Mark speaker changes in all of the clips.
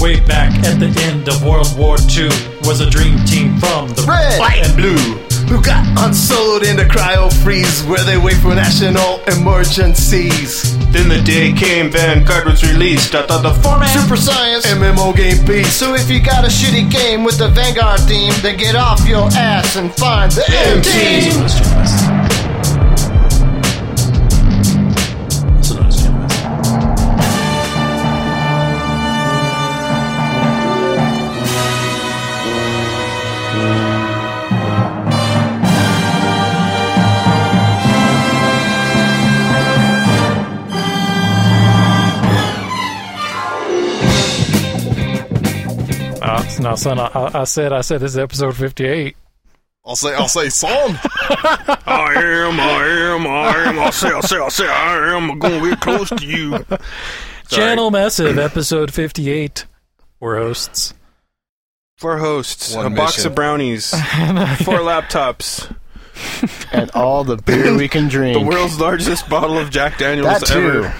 Speaker 1: way back at the end of World War II was a dream team from the
Speaker 2: Red,
Speaker 1: Black
Speaker 2: and blue. Who got unsold in the cryo freeze where they wait for national emergencies?
Speaker 3: Then the day came, Vanguard was released. I thought the format
Speaker 2: Super Science MMO Game Beast. So if you got a shitty game with the Vanguard theme, then get off your ass and find the M
Speaker 1: It's a
Speaker 2: team.
Speaker 1: nice gentleman. It's a nice gentleman. Uh, no, son, I, I- I said, I said this is episode 58.
Speaker 4: I'll say, I'll say, son.
Speaker 3: I am, I am, I am. I say, I say, I say, I am. I'm gonna get close to you. Sorry.
Speaker 1: Channel Massive, episode 58. We're hosts.
Speaker 3: Four hosts,
Speaker 4: One
Speaker 3: a box
Speaker 4: mission.
Speaker 3: of brownies, four laptops,
Speaker 2: And all the beer we can drink.
Speaker 3: the world's largest bottle of Jack Daniels
Speaker 2: that too.
Speaker 3: ever.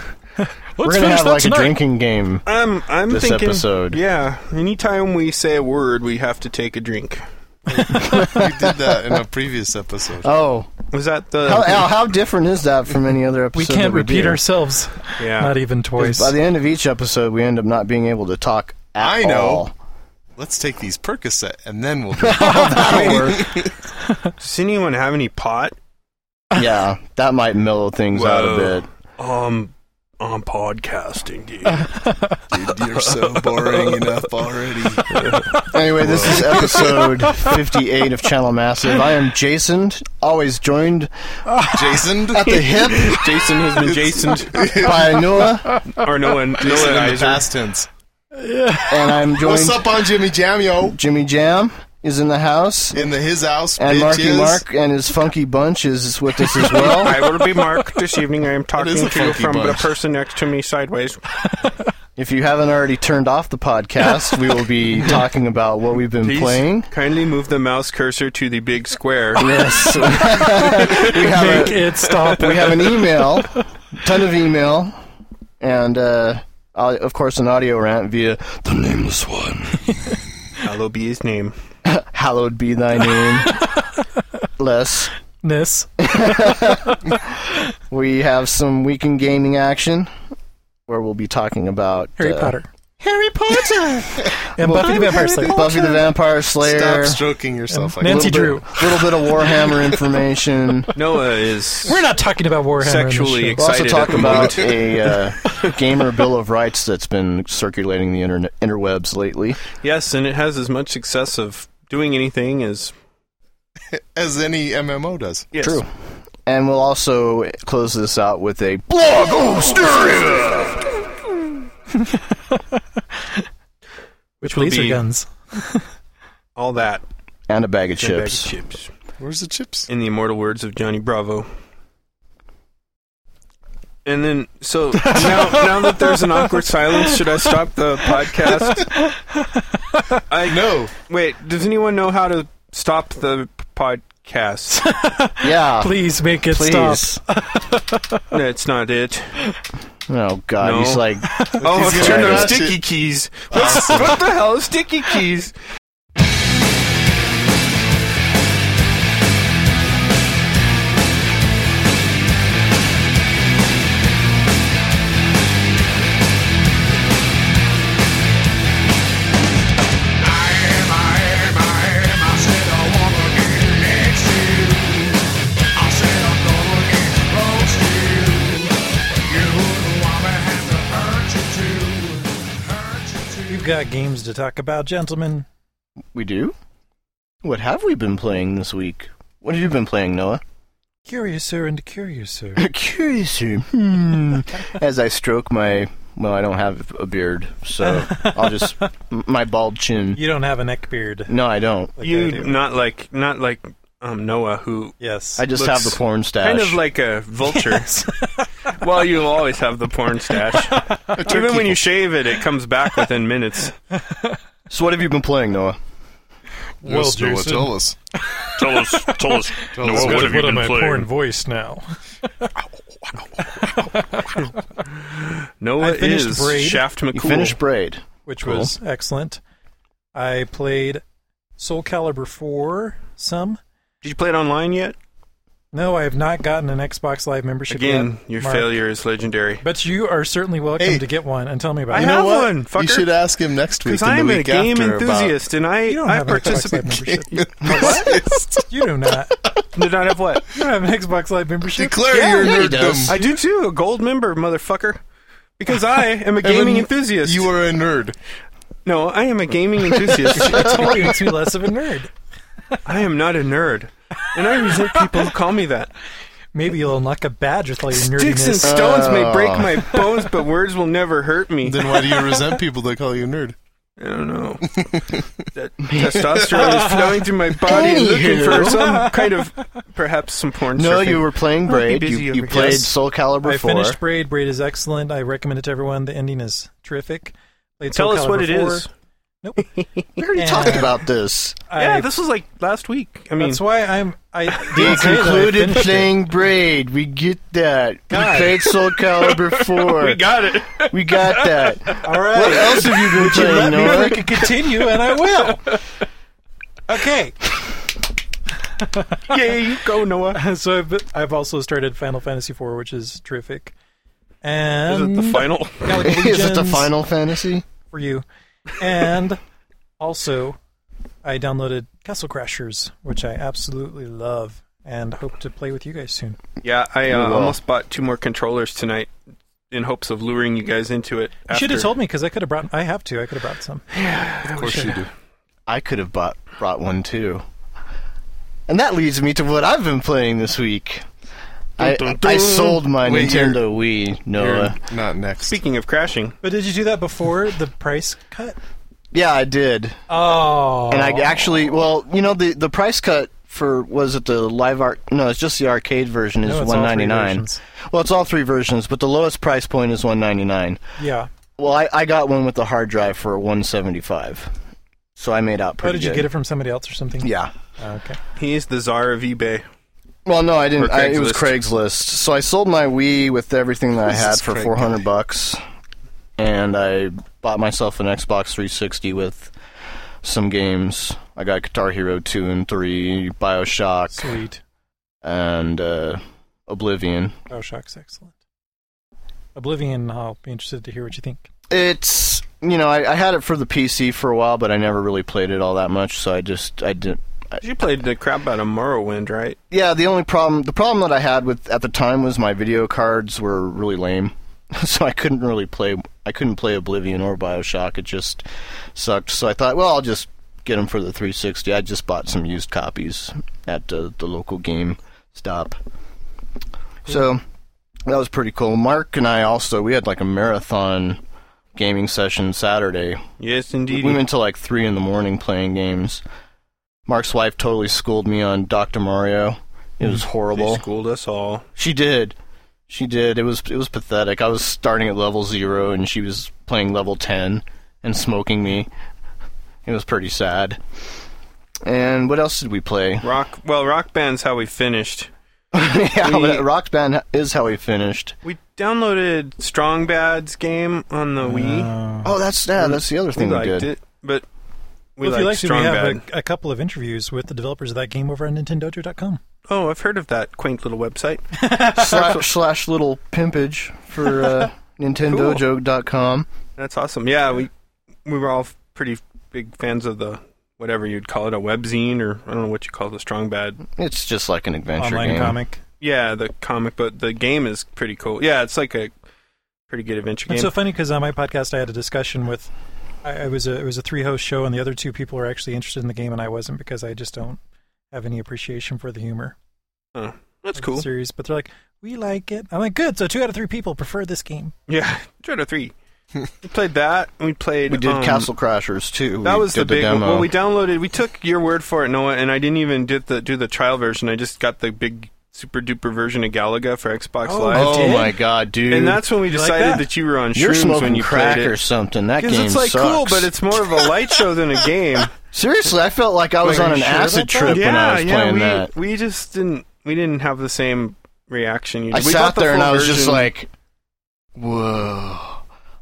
Speaker 2: We're
Speaker 3: Let's
Speaker 2: gonna
Speaker 3: finish
Speaker 2: have
Speaker 3: that
Speaker 2: like a
Speaker 3: tonight.
Speaker 2: drinking game.
Speaker 3: I'm, I'm
Speaker 2: this
Speaker 3: thinking,
Speaker 2: episode.
Speaker 3: Yeah, anytime we say a word, we have to take a drink.
Speaker 4: we did that in a previous episode.
Speaker 2: Oh,
Speaker 3: Was that the?
Speaker 2: how, Al, how different is that from any other
Speaker 1: We
Speaker 2: episode?
Speaker 1: can't
Speaker 2: that we
Speaker 1: repeat
Speaker 2: do?
Speaker 1: ourselves,
Speaker 3: yeah.
Speaker 1: not even twice.
Speaker 2: By the end of each episode, we end up not being able to talk. At
Speaker 4: I know.
Speaker 2: all.
Speaker 4: Let's take these Percocet and then we'll. Do
Speaker 3: Does anyone have any pot?
Speaker 2: yeah, that might mellow things out
Speaker 3: Whoa.
Speaker 2: a bit.
Speaker 3: Um, I'm podcasting, dude.
Speaker 4: Dude, you're so boring enough already.
Speaker 2: Anyway, this is episode 58 of Channel Massive. I am Jason, always joined
Speaker 4: Jason,
Speaker 2: at the hip
Speaker 3: Jason has been Jasoned,
Speaker 2: by Noah,
Speaker 3: or no one, no
Speaker 4: Jason in the
Speaker 3: one.
Speaker 4: past tense.
Speaker 2: and I'm joined.
Speaker 4: What's up on Jimmy Jam, yo?
Speaker 2: Jimmy Jam is in the house,
Speaker 4: In the his house,
Speaker 2: and Marky
Speaker 4: bitches.
Speaker 2: Mark and his funky bunch is with us as well.
Speaker 3: I will be Mark this evening. I am talking
Speaker 4: is a
Speaker 3: to you
Speaker 4: funky
Speaker 3: from the
Speaker 4: bunch.
Speaker 3: person next to me sideways.
Speaker 2: If you haven't already turned off the podcast, we will be talking about what we've been
Speaker 3: Please
Speaker 2: playing.
Speaker 3: kindly move the mouse cursor to the big square.
Speaker 2: Yes, we have
Speaker 1: Make
Speaker 2: a,
Speaker 1: it stop.
Speaker 2: we have an email, ton of email, and uh, au- of course an audio rant via the nameless one.
Speaker 3: Hello, be his name.
Speaker 2: Hallowed be thy name. Les,
Speaker 1: Ness.
Speaker 2: we have some weekend gaming action where we'll be talking about
Speaker 1: Harry
Speaker 2: uh,
Speaker 1: Potter. Harry Potter! and Buffy the Vampire Slayer.
Speaker 2: Buffy the Vampire Slayer.
Speaker 4: Stop stroking yourself like
Speaker 1: Nancy
Speaker 2: little bit-
Speaker 1: Drew.
Speaker 2: little bit of Warhammer information.
Speaker 3: Noah is
Speaker 1: We're not talking about Warhammer. in this
Speaker 3: Sexually
Speaker 1: show.
Speaker 3: ex-
Speaker 2: We'll also
Speaker 3: Excited
Speaker 2: talk
Speaker 3: at the
Speaker 2: about a uh, gamer bill of rights that's been circulating the interne- interwebs lately.
Speaker 3: yes, and it has as much success of doing anything as
Speaker 4: as any MMO does.
Speaker 3: yes.
Speaker 2: True. And we'll also close this out with a blog hysteria.
Speaker 3: Which will
Speaker 1: Laser
Speaker 3: be
Speaker 1: guns.
Speaker 3: all that
Speaker 2: and a bag of
Speaker 3: and a bag of
Speaker 2: chips.
Speaker 3: chips.
Speaker 4: Where's the chips?
Speaker 3: In the immortal words of Johnny Bravo. And then, so now, now that there's an awkward silence, should I stop the podcast? I
Speaker 4: No.
Speaker 3: Wait, does anyone know how to stop the podcast?
Speaker 2: Yeah,
Speaker 1: Please make it stop.
Speaker 2: please.
Speaker 3: That's not it.
Speaker 2: Oh God,
Speaker 3: No.
Speaker 2: he's like
Speaker 3: Oh,
Speaker 4: He's
Speaker 3: turn
Speaker 2: gonna
Speaker 3: on
Speaker 4: touch
Speaker 3: sticky
Speaker 4: it.
Speaker 3: keys. What's, what the hell is sticky keys?
Speaker 1: We've got games to talk about, gentlemen.
Speaker 2: we do. What have we been playing this week? What have you been playing, Noah?
Speaker 1: Curiouser and curiouser.
Speaker 2: Curiouser. Hmm. As I stroke my well, I don't have a beard, so I'll just m- my bald chin.
Speaker 1: You don't have a neck beard.
Speaker 2: No, I don't.
Speaker 1: Like I
Speaker 3: you
Speaker 1: do.
Speaker 3: not like not like um, Noah, who
Speaker 1: Yes.
Speaker 2: I just
Speaker 3: Looks
Speaker 2: have the porn stash.
Speaker 3: kind of like a vulture.
Speaker 1: Yes.
Speaker 3: Well, you always have the porn stash. Even when you shave it, it comes back within minutes.
Speaker 2: so, what have you been playing, Noah?
Speaker 1: Well,
Speaker 4: Yes, Noah,
Speaker 1: Jason.
Speaker 4: tell us.
Speaker 5: Tell us, tell us, Noah,
Speaker 4: us
Speaker 5: what,
Speaker 4: what-
Speaker 5: have you
Speaker 1: am
Speaker 5: been
Speaker 1: I
Speaker 5: playing?
Speaker 1: porn voice now?
Speaker 3: Noah
Speaker 1: I finished
Speaker 3: is
Speaker 1: Braid.
Speaker 3: Shaft
Speaker 2: You
Speaker 3: McCool.
Speaker 2: finished Braid.
Speaker 1: which was excellent. I played Soul Calibur 4 some.
Speaker 3: Did you play it online yet?
Speaker 1: No, I have not gotten an Xbox Live membership
Speaker 3: Again,
Speaker 1: yet,
Speaker 3: your
Speaker 1: Mark.
Speaker 3: failure is legendary.
Speaker 1: But you are certainly welcome
Speaker 4: Hey.
Speaker 1: to get one and tell me about
Speaker 3: I
Speaker 1: it.
Speaker 4: You know
Speaker 3: have
Speaker 4: what?
Speaker 3: one, fucker.
Speaker 4: You should ask him next week.
Speaker 3: Because
Speaker 4: and the
Speaker 3: I'm a
Speaker 4: week
Speaker 3: game
Speaker 4: after about-
Speaker 3: enthusiast, and I
Speaker 1: you don't
Speaker 3: I
Speaker 1: have an Xbox Live
Speaker 3: participate.
Speaker 1: membership.
Speaker 4: What?
Speaker 1: You do not.
Speaker 3: Did not have what?
Speaker 1: You don't have an Xbox Live membership.
Speaker 4: Declare
Speaker 3: Yeah,
Speaker 4: your
Speaker 3: yeah,
Speaker 2: he
Speaker 4: nerddom.
Speaker 2: does.
Speaker 3: I do too. A gold member, motherfucker. Because I am a
Speaker 4: Evan,
Speaker 3: gaming enthusiast.
Speaker 4: You are a nerd.
Speaker 3: no, I am a gaming enthusiast.
Speaker 1: That totally makes me less of a nerd.
Speaker 3: I am not a nerd, and I resent people who call me that.
Speaker 1: Maybe you'll unlock a badge with all your
Speaker 3: Sticks and
Speaker 1: nerdiness.
Speaker 3: stones may
Speaker 2: Oh.
Speaker 3: break my bones, but words will never hurt me.
Speaker 4: Then why do you resent people that call you a nerd?
Speaker 3: I don't know. That testosterone is flowing through my body and looking
Speaker 2: Anywho.
Speaker 3: for some kind of, perhaps some porn.
Speaker 2: No,
Speaker 3: surfing.
Speaker 2: you were playing Braid.
Speaker 3: busy
Speaker 2: You,
Speaker 3: over
Speaker 2: you
Speaker 3: here.
Speaker 2: played
Speaker 3: Yes.
Speaker 2: Soul Calibur
Speaker 1: I
Speaker 2: 4.
Speaker 1: finished Braid. Braid is excellent. I recommend it to everyone. The ending is terrific. Played
Speaker 3: Tell
Speaker 1: Soul
Speaker 3: us what
Speaker 1: Calibur
Speaker 3: it is.
Speaker 1: 4. Nope.
Speaker 2: We already
Speaker 1: And-
Speaker 2: talked about this.
Speaker 3: yeah,
Speaker 1: I-
Speaker 3: this was like last week. I mean,
Speaker 1: that's why I'm. I
Speaker 2: He
Speaker 1: didn't say that I
Speaker 2: concluded
Speaker 1: finished it.
Speaker 2: playing Braid. We get that.
Speaker 1: God.
Speaker 2: We played Soul Calibur 4. we, got-
Speaker 3: got it.
Speaker 2: that.
Speaker 1: All right.
Speaker 2: What else have you been
Speaker 1: You let
Speaker 2: playing,
Speaker 1: me
Speaker 2: Noah?
Speaker 1: freaking continue, and I will. Okay.
Speaker 3: Yeah, you go, Noah.
Speaker 1: So I've, I've also started Final Fantasy IV, which is terrific.
Speaker 3: Is it
Speaker 1: And
Speaker 3: the final?
Speaker 1: Galaga
Speaker 2: Is it the
Speaker 1: Legends
Speaker 2: Final Fantasy?
Speaker 1: for you? And also, I downloaded Castle Crashers, which I absolutely love, and hope to play with you guys soon.
Speaker 3: Yeah, I
Speaker 2: Oh,
Speaker 3: uh,
Speaker 2: well.
Speaker 3: almost bought two more controllers tonight in hopes of luring you guys into it.
Speaker 1: You should have
Speaker 3: after.
Speaker 1: told me because I could have brought. I have to. I could have brought some.
Speaker 4: Of course you do.
Speaker 2: I could have bought, brought one too. And that leads me to what I've been playing this week. I,
Speaker 5: Dun, dun,
Speaker 2: I
Speaker 5: dun.
Speaker 2: sold my
Speaker 4: Wait,
Speaker 2: Nintendo Wii,
Speaker 4: You're
Speaker 2: Noah.
Speaker 4: not next.
Speaker 3: Speaking of crashing,
Speaker 1: But did you do that before the price cut?
Speaker 2: Yeah, I did.
Speaker 1: Oh.
Speaker 2: And I actually, well, you know, the the price cut for was it the live art? No, it's just the arcade version is
Speaker 1: No, it's all
Speaker 2: one
Speaker 1: three
Speaker 2: ninety nine.
Speaker 1: versions.
Speaker 2: Well, it's all three versions, but the lowest price point is one ninety nine.
Speaker 1: Yeah. Oh,
Speaker 2: Well, I, I got one with the hard drive for one seventy five, so I made out
Speaker 1: How
Speaker 2: pretty.
Speaker 1: did you get it from somebody else or something?
Speaker 2: Yeah.
Speaker 1: Oh, okay.
Speaker 3: he is the czar of eBay.
Speaker 2: Well, no, I
Speaker 3: Or
Speaker 2: didn't. I, it was
Speaker 3: Craigslist.
Speaker 2: Craigslist. So I sold my Wii with everything that I
Speaker 4: Who's
Speaker 2: had
Speaker 4: this
Speaker 2: for
Speaker 4: Craig
Speaker 2: four hundred bucks, and I bought myself an Xbox 360 with some games. I got Guitar Hero two and three, Bioshock,
Speaker 1: Sweet.
Speaker 2: and uh, Oblivion.
Speaker 1: Bioshock's excellent. Oblivion. I'll be interested to hear what you think.
Speaker 2: It's you know I, I had it for the PC for a while, but I never really played it all that much. So I just I didn't. I,
Speaker 3: You played the crap out of Morrowind, right?
Speaker 2: yeah, the only problem the problem that I had with at the time was my video cards were really lame, so I couldn't really play I couldn't play Oblivion or Bioshock. It just sucked. So I thought, well, I'll just get them for the 360. I just bought some used copies at uh, the local game stop. So that was pretty cool. Mark and I also we had like a marathon gaming session Saturday
Speaker 3: Yes,
Speaker 2: we
Speaker 3: indeed.
Speaker 2: went until like three in the morning playing games. Mark's wife totally schooled me on Doctor Mario. It was
Speaker 3: They
Speaker 2: horrible.
Speaker 3: schooled us all.
Speaker 2: She did. She did. It was it was pathetic. I was starting at level zero and she was playing level ten and smoking me. It was pretty sad. And what else did we play?
Speaker 3: Rock. Well, Rock Band's how we finished.
Speaker 2: yeah,
Speaker 3: We-
Speaker 2: but Rock Band is how we finished.
Speaker 3: We downloaded Strong Bad's game on the Wii.
Speaker 2: Oh, that's yeah, that's the other
Speaker 3: Uh-huh. We
Speaker 2: thing we,
Speaker 3: liked
Speaker 2: did.
Speaker 3: it, but we
Speaker 1: Well, if you
Speaker 3: liked
Speaker 1: like to, we
Speaker 3: Strong Bad.
Speaker 1: have a, a couple of interviews with the developers of that game over on NintendoJo.com.
Speaker 3: Oh, I've heard of that quaint little website.
Speaker 2: slash slash little pimpage for uh, NintendoJoke.com.
Speaker 3: That's awesome. Yeah, we we were all f- pretty big fans of the whatever you'd call it, a webzine or I don't know what you call the strong bad.
Speaker 2: It's just like an adventure
Speaker 1: Online
Speaker 2: game.
Speaker 1: comic.
Speaker 3: Yeah, the comic, but the game is pretty cool. Yeah, it's like a pretty good adventure game.
Speaker 1: It's so funny because on my podcast, I had a discussion with. I, I was a it was a three host show, and the other two people were actually interested in the game, and I wasn't because I just don't have any appreciation for the humor.
Speaker 3: Oh, that's
Speaker 1: of the
Speaker 3: cool.
Speaker 1: Series, but they're like, we like it. I'm like, good. So two out of three people prefer this game.
Speaker 3: Yeah, two out of three. we played that. and We played.
Speaker 2: We did
Speaker 3: um,
Speaker 2: Castle Crashers too.
Speaker 3: That
Speaker 2: We
Speaker 3: was the
Speaker 2: did
Speaker 3: big one.
Speaker 2: demo.
Speaker 3: Well, we downloaded. We took your word for it, Noah, and I didn't even did the do the trial version. I just got the big super duper version of Galaga for Xbox
Speaker 1: Oh,
Speaker 3: Live.
Speaker 2: oh
Speaker 1: did?
Speaker 2: my god, dude!
Speaker 3: And that's when we
Speaker 1: like
Speaker 3: decided
Speaker 1: that?
Speaker 3: that? you were on
Speaker 2: you're
Speaker 3: shrooms
Speaker 2: smoking
Speaker 3: when you
Speaker 2: crack
Speaker 3: played it.
Speaker 2: or something. That
Speaker 3: Because
Speaker 2: game
Speaker 3: it's like
Speaker 2: sucks.
Speaker 3: cool, but it's more of a light show than a game.
Speaker 2: seriously, I felt like I was
Speaker 1: Wait,
Speaker 2: on
Speaker 1: are
Speaker 2: an
Speaker 1: you sure
Speaker 2: acid
Speaker 1: about that?
Speaker 2: trip when I
Speaker 3: yeah,
Speaker 2: was
Speaker 3: yeah.
Speaker 2: playing
Speaker 3: We,
Speaker 2: that.
Speaker 3: we just didn't we didn't have the same reaction. You
Speaker 2: I
Speaker 3: did. We
Speaker 2: sat
Speaker 3: bought the
Speaker 2: there and
Speaker 3: full
Speaker 2: I was just
Speaker 3: version.
Speaker 2: like, "Whoa,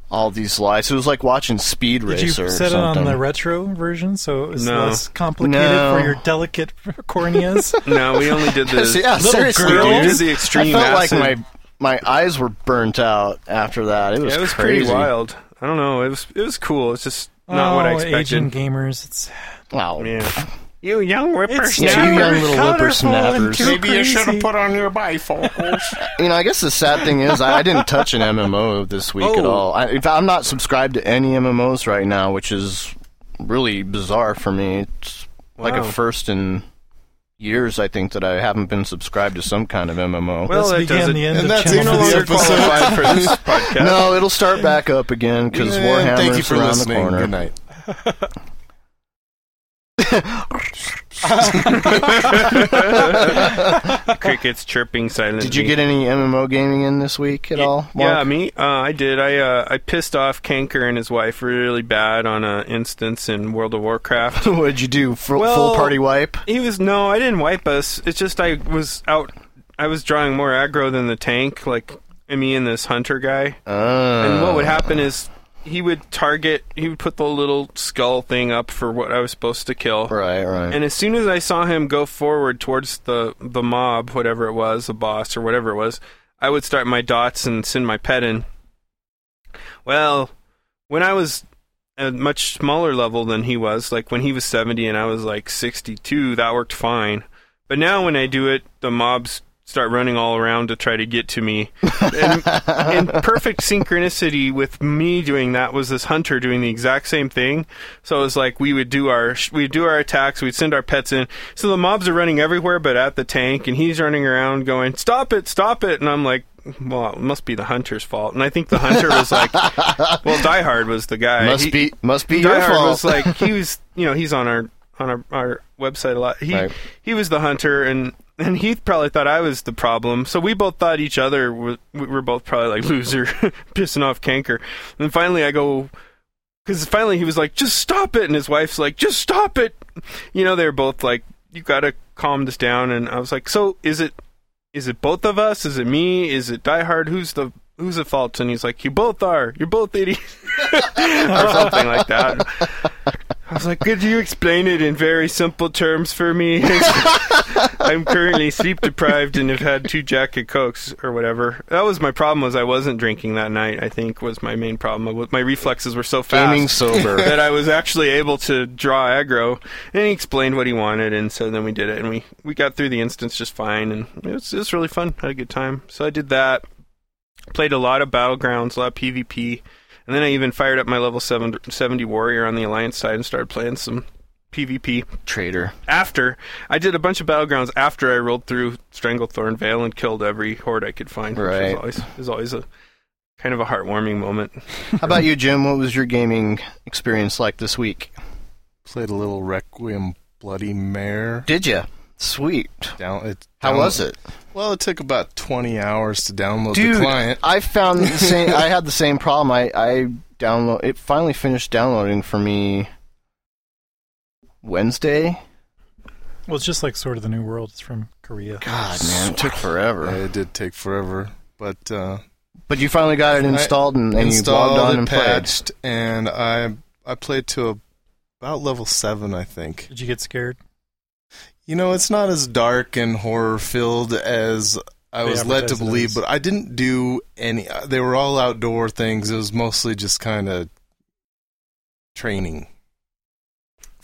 Speaker 2: all these lights. It was like watching Speed
Speaker 1: Did you
Speaker 2: Racer or
Speaker 1: set it on
Speaker 2: something.
Speaker 1: the retro version so it was
Speaker 3: No.
Speaker 1: less complicated
Speaker 2: No.
Speaker 1: for your delicate corneas?
Speaker 3: No, we only did this.
Speaker 2: yeah,
Speaker 1: little
Speaker 2: seriously,
Speaker 1: girl.
Speaker 2: dude.
Speaker 3: It is the extreme
Speaker 2: I felt
Speaker 3: acid.
Speaker 2: like my my eyes were burnt out after that. It was,
Speaker 3: it was
Speaker 2: crazy.
Speaker 3: pretty wild. I don't know. It was it was cool. It's just not what I
Speaker 1: Oh, Aging
Speaker 3: expected.
Speaker 1: gamers. It's,
Speaker 2: Wow.
Speaker 3: Yeah. You young
Speaker 1: it's
Speaker 2: Yeah, you young little
Speaker 1: colorful and
Speaker 2: whippersnappers.
Speaker 1: too
Speaker 2: Maybe
Speaker 1: crazy.
Speaker 5: on your bifocals.
Speaker 2: You know, I guess the sad thing is I, I didn't touch an MMO this week at
Speaker 3: Oh.
Speaker 2: all. I, in fact, I'm not subscribed to any MMOs right now, which is really bizarre for me. It's like a
Speaker 3: Wow.
Speaker 2: first in years, I think, that I haven't been subscribed to some kind of MMO.
Speaker 3: Well,
Speaker 1: This
Speaker 3: that
Speaker 1: began
Speaker 3: does it.
Speaker 1: the end
Speaker 4: And
Speaker 1: of
Speaker 4: that's
Speaker 1: Channel
Speaker 4: even
Speaker 3: no
Speaker 4: This
Speaker 3: longer
Speaker 1: four.
Speaker 4: episode.
Speaker 3: qualified for this podcast.
Speaker 2: no, it'll start back up again because
Speaker 4: And
Speaker 2: Warhammer's
Speaker 4: Thank you for
Speaker 2: around
Speaker 4: listening.
Speaker 2: the corner.
Speaker 4: Good night.
Speaker 3: Crickets chirping silently.
Speaker 2: Did you get any MMO gaming in this week at all?
Speaker 3: Yeah,
Speaker 2: Mark?
Speaker 3: me. Uh, I did. I uh, I pissed off Kanker and his wife really bad on an instance in World of Warcraft.
Speaker 2: What'd you do? Full,
Speaker 3: Well-
Speaker 2: full party wipe?
Speaker 3: He was no, I didn't wipe us. It's just I was out. I was drawing more aggro than the tank, like me and this hunter guy. And
Speaker 2: Ah,
Speaker 3: what would happen is he would target. He would put the little skull thing up for what I was supposed to kill.
Speaker 2: Right, right.
Speaker 3: And as soon as I saw him go forward towards the the mob, whatever it was, the boss or whatever it was, I would start my dots and send my pet in. Well, when I was a much smaller level than he was, like when he was 70 and I was like 62, that worked fine. But now when I do it, the mobs start running all around to try to get to me. And in perfect synchronicity with me doing that was this hunter doing the exact same thing. So it was like we would do our we would do our attacks, we'd send our pets in. So the mobs are running everywhere but at the tank and he's running around going, "Stop it, stop it." And I'm like, well, it must be the hunter's fault. And I think the hunter was like, well, Die Hard was the guy.
Speaker 2: must
Speaker 3: He-
Speaker 2: be, must be
Speaker 3: Die
Speaker 2: your
Speaker 3: Hard
Speaker 2: fault.
Speaker 3: was like he was, you know, he's on our on our, our website a lot. He
Speaker 2: Right.
Speaker 3: he was the hunter, and and he probably thought I was the problem. So we both thought each other was, we were both probably like loser, pissing off Kanker. And finally, I go because finally he was like, "Just stop it," and his wife's like, "Just stop it." You know, they're both like, "You gotta calm this down." And I was like, "So is it is it both of us? Is it me? Is it Die Hard? Who's the who's at fault?" And he's like, "You both are. You're both idiots." or something like that. I was like, could you explain it in very simple terms for me? I'm currently sleep deprived and have had two Jack and Cokes or whatever. That was my problem was I wasn't drinking that night. I think was my main problem. I wa- My reflexes were so fast
Speaker 2: Gaming sober.
Speaker 3: that I was actually able to draw aggro. And he explained what he wanted, and so then we did it, and we, we got through the instance just fine, and it was, it was really fun. Had a good time. So I did that. Played a lot of battlegrounds, a lot of PvP, and then I even fired up my level seven, 70 warrior on the alliance side and started playing some PvP.
Speaker 2: Traitor.
Speaker 3: After I did a bunch of battlegrounds, after I rolled through Stranglethorn Vale and killed every horde I could find, which
Speaker 2: Right.
Speaker 3: was always was always a kind of a heartwarming moment.
Speaker 2: How about you, Jim? What was your gaming experience like this week?
Speaker 4: Played a little Requiem Bloody Mare.
Speaker 2: Did you? Sweet.
Speaker 4: Down, it,
Speaker 2: How
Speaker 4: down-
Speaker 2: was it?
Speaker 4: Well, it took about 20 hours to download
Speaker 2: Dude,
Speaker 4: the client.
Speaker 2: I found the same. I had the same problem. I I download. It finally finished downloading for me Wednesday.
Speaker 1: Well, it's just like Sword of the New World. It's from Korea.
Speaker 2: God, man, it took forever.
Speaker 4: It did take forever, but uh,
Speaker 2: But you finally got it
Speaker 4: I
Speaker 2: installed and, and
Speaker 4: installed
Speaker 2: you logged on
Speaker 4: it,
Speaker 2: and
Speaker 4: patched, and I I played to about level seven, I think.
Speaker 1: Did you get scared?
Speaker 4: You know, it's not as dark and horror filled as I
Speaker 1: They
Speaker 4: was led to
Speaker 1: advertise it
Speaker 4: believe,
Speaker 1: as.
Speaker 4: but I didn't do any. uh, They were all outdoor things. It was mostly just kind of training.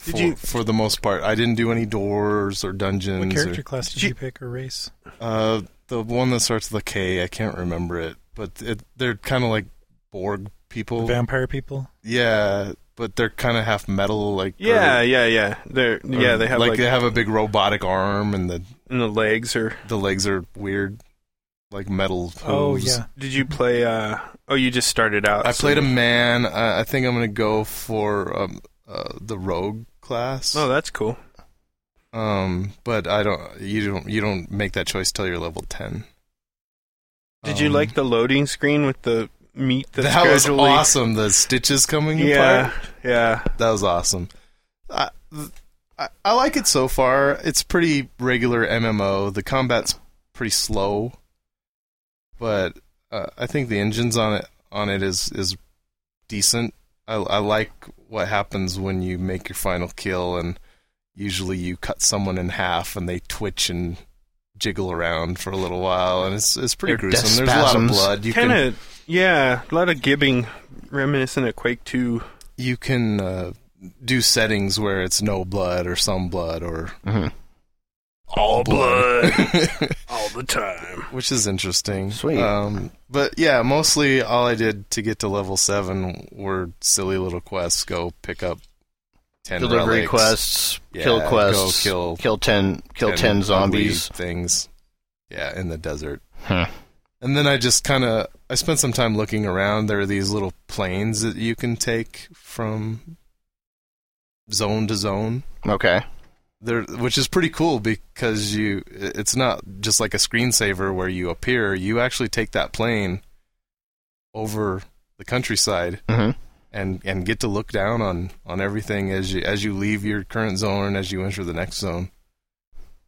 Speaker 3: Did
Speaker 4: for,
Speaker 3: you-
Speaker 4: for the most part, I didn't do any doors or dungeons.
Speaker 1: What
Speaker 4: or-
Speaker 1: character class did
Speaker 3: She-
Speaker 1: you pick or race?
Speaker 4: Uh, the one that starts with a K. I can't remember it, but it, they're kind of like Borg people.
Speaker 1: Vampire people.
Speaker 4: yeah, but they're kind of half metal, like or-
Speaker 3: Yeah, yeah, yeah. They're
Speaker 4: or
Speaker 3: yeah, they have like,
Speaker 4: they have a big robotic arm, and the
Speaker 3: in the legs or
Speaker 4: the legs are weird, like metal. Hooves.
Speaker 1: Oh yeah.
Speaker 3: did you play uh oh you just started out
Speaker 4: I
Speaker 3: so-
Speaker 4: played a man. I, I think I'm gonna go for um, uh, the rogue class.
Speaker 3: oh that's cool
Speaker 4: Um, but I don't. You don't. You don't make that choice till you're level ten.
Speaker 3: did you
Speaker 4: Um,
Speaker 3: like the loading screen with the meat that's
Speaker 4: that was
Speaker 3: gradually
Speaker 4: awesome. The stitches coming apart.
Speaker 3: yeah yeah
Speaker 4: That was awesome. I, th- I I like it so far. It's pretty regular MMO. The combat's pretty slow, but uh, I think the engines on it on it is is decent. I, I like what happens when you make your final kill, and usually you cut someone in half, and they twitch and jiggle around for a little while, and it's it's pretty
Speaker 2: They're death
Speaker 4: gruesome. There's a lot of
Speaker 2: spasms.
Speaker 4: blood. You
Speaker 3: kind
Speaker 4: can
Speaker 3: of yeah, a lot of gibbing, reminiscent of Quake Two.
Speaker 4: you can uh, do settings where it's no blood or some blood or
Speaker 2: hmm
Speaker 5: All blood,
Speaker 4: blood.
Speaker 5: all the time.
Speaker 4: which is interesting.
Speaker 2: Sweet.
Speaker 4: Um, but yeah, mostly all I did to get to level seven were silly little quests. Go pick up ten
Speaker 2: Delivery
Speaker 4: relics,
Speaker 2: quests,
Speaker 4: Yeah,
Speaker 2: kill
Speaker 4: go
Speaker 2: quests,
Speaker 4: kill
Speaker 2: ten, kill ten,
Speaker 4: ugly
Speaker 2: zombies.
Speaker 4: things. Yeah, in the desert.
Speaker 2: Huh.
Speaker 4: And then I just kind of I spent some time looking around. There are these little planes that you can take from zone to zone
Speaker 2: Okay.
Speaker 4: there which is pretty cool because you it's not just like a screensaver where you appear you actually take that plane over the countryside
Speaker 2: hmm
Speaker 4: and and get to look down on on everything as you as you leave your current zone and as you enter the next zone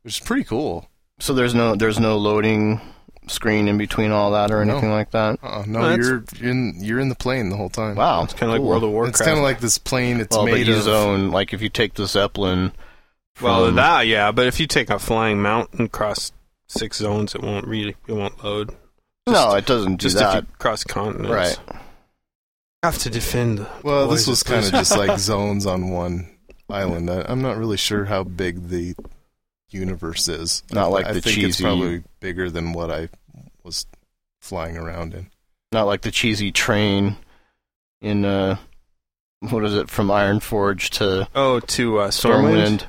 Speaker 4: which is pretty cool
Speaker 2: So there's no there's no loading screen in between all that or
Speaker 4: No.
Speaker 2: anything like that.
Speaker 4: uh, no
Speaker 3: Well, that's-
Speaker 4: you're in you're in the plane the whole time
Speaker 2: Wow,
Speaker 3: It's kind of
Speaker 2: cool.
Speaker 3: like World of Warcraft.
Speaker 4: it's kind of like this plane it's
Speaker 2: Well, but
Speaker 4: made
Speaker 2: you
Speaker 4: of
Speaker 2: zone like if you take the Zeppelin.
Speaker 3: well,
Speaker 4: Um,
Speaker 2: from-
Speaker 3: that yeah, but if you take a flying mountain cross six zones, it won't really it won't load.
Speaker 2: no, it doesn't do
Speaker 3: Just
Speaker 2: that.
Speaker 3: if you cross continents,
Speaker 2: Right.
Speaker 3: I have to defend. the
Speaker 4: well this
Speaker 3: boys
Speaker 4: was
Speaker 3: at
Speaker 4: kind of
Speaker 3: first.
Speaker 4: just like zones on one island I, i'm not really sure how big the universe is
Speaker 2: Not like
Speaker 4: I
Speaker 2: the
Speaker 4: think it's
Speaker 2: cheesy,
Speaker 4: probably bigger than what I was flying around in.
Speaker 2: not like the cheesy train in uh, what is it from Iron Forge to
Speaker 3: oh to uh, Stormwind,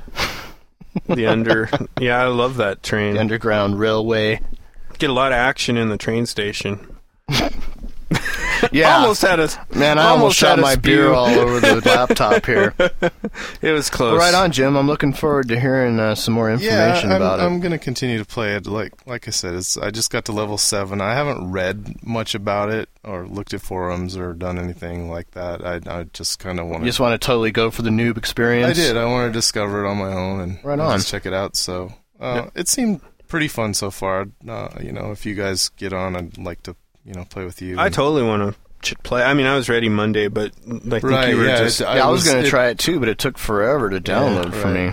Speaker 2: Stormwind,
Speaker 3: the under yeah, I love that train.
Speaker 2: the Underground Railway.
Speaker 3: Get a lot of action in the train station.
Speaker 2: Yeah,
Speaker 3: almost had us.
Speaker 2: man, I almost,
Speaker 3: almost
Speaker 2: shot
Speaker 3: had a
Speaker 2: my beer
Speaker 3: spew.
Speaker 2: all over the laptop here.
Speaker 3: It was close.
Speaker 2: Well, right on, Jim. I'm looking forward to hearing uh, some more
Speaker 4: Yeah,
Speaker 2: information
Speaker 4: I'm,
Speaker 2: about it.
Speaker 4: I'm gonna continue to play it. Like like I said, it's I just got to level seven. I haven't read much about it or looked at forums or done anything like that. I I just kind of
Speaker 2: You
Speaker 4: want
Speaker 2: just want to totally go for the noob
Speaker 4: I
Speaker 2: experience.
Speaker 4: did. I want to discover it on my own and
Speaker 2: Right
Speaker 4: and
Speaker 2: on.
Speaker 4: just check it out. So uh, it seemed pretty fun so far. Uh, you know, if you guys get on, I'd like to you know play with you.
Speaker 3: I
Speaker 4: and-
Speaker 3: totally want to ch- play. I mean, I was ready Monday, but I think
Speaker 4: right.
Speaker 3: you were
Speaker 4: yeah,
Speaker 3: just.
Speaker 4: it-
Speaker 2: Yeah, I was, going
Speaker 4: it-
Speaker 2: to try it too, but it took forever to download for
Speaker 4: right.
Speaker 2: me.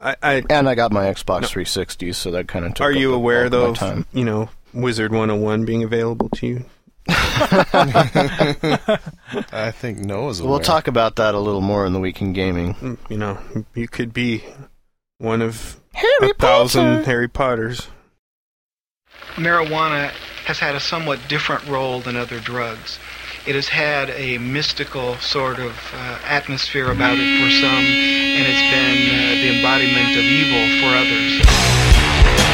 Speaker 3: I, I
Speaker 2: And I got my Xbox 360, so that kind of took.
Speaker 3: are
Speaker 2: up
Speaker 3: you
Speaker 2: the
Speaker 3: aware
Speaker 2: bulk
Speaker 3: though?
Speaker 2: of my
Speaker 3: Of,
Speaker 2: time.
Speaker 3: you know, Wizard 101 being available to you.
Speaker 4: I think Noah's.
Speaker 2: We'll
Speaker 4: aware.
Speaker 2: talk about that a little more in the week in gaming.
Speaker 3: Mm, You know, you could be one of a thousand Harry Potters.
Speaker 6: marijuana has had a somewhat different role than other drugs. It has had a mystical sort of uh, atmosphere about it for some, and it's been uh, the embodiment of evil for others.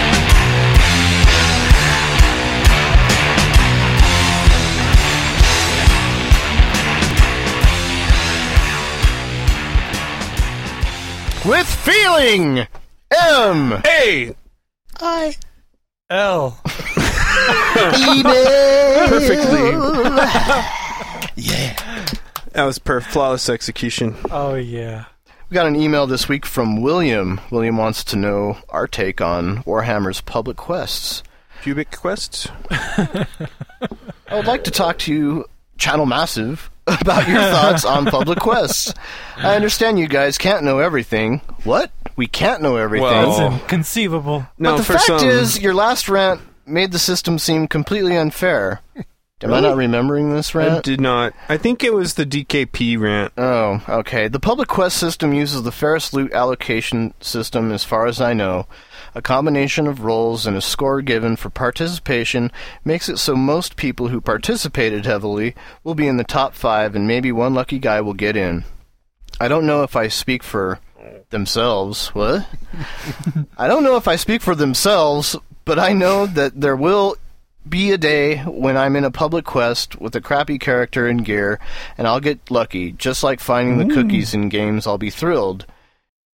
Speaker 2: With feeling, M
Speaker 3: Hey,
Speaker 2: I
Speaker 1: L.
Speaker 2: email
Speaker 3: Perfectly. that was per flawless execution.
Speaker 1: Oh yeah.
Speaker 2: We got an email this week from William. William wants to know our take on Warhammer's public quests.
Speaker 3: Cubic quests.
Speaker 2: I would like to talk to you, Channel Massive, about your thoughts on public quests. I understand you guys can't know everything. What? We can't know everything.
Speaker 1: It's
Speaker 3: Well, Oh.
Speaker 1: inconceivable.
Speaker 3: No,
Speaker 2: but the
Speaker 3: for
Speaker 2: fact
Speaker 3: some,
Speaker 2: is, your last rant made the system seem completely unfair. Am I not remembering this
Speaker 3: I
Speaker 2: rant?
Speaker 3: did not. I think it was the DKP rant.
Speaker 2: Oh, okay. The public quest system uses the fairest loot allocation system, as far as I know. A combination of roles and a score given for participation makes it so most people who participated heavily will be in the top five, and maybe one lucky guy will get in. I don't know if I speak for themselves. What? I don't know if I speak for themselves, but I know that there will be a day when I'm in a public quest with a crappy character and gear, and I'll get lucky. Just like finding the cookies in games, I'll be thrilled.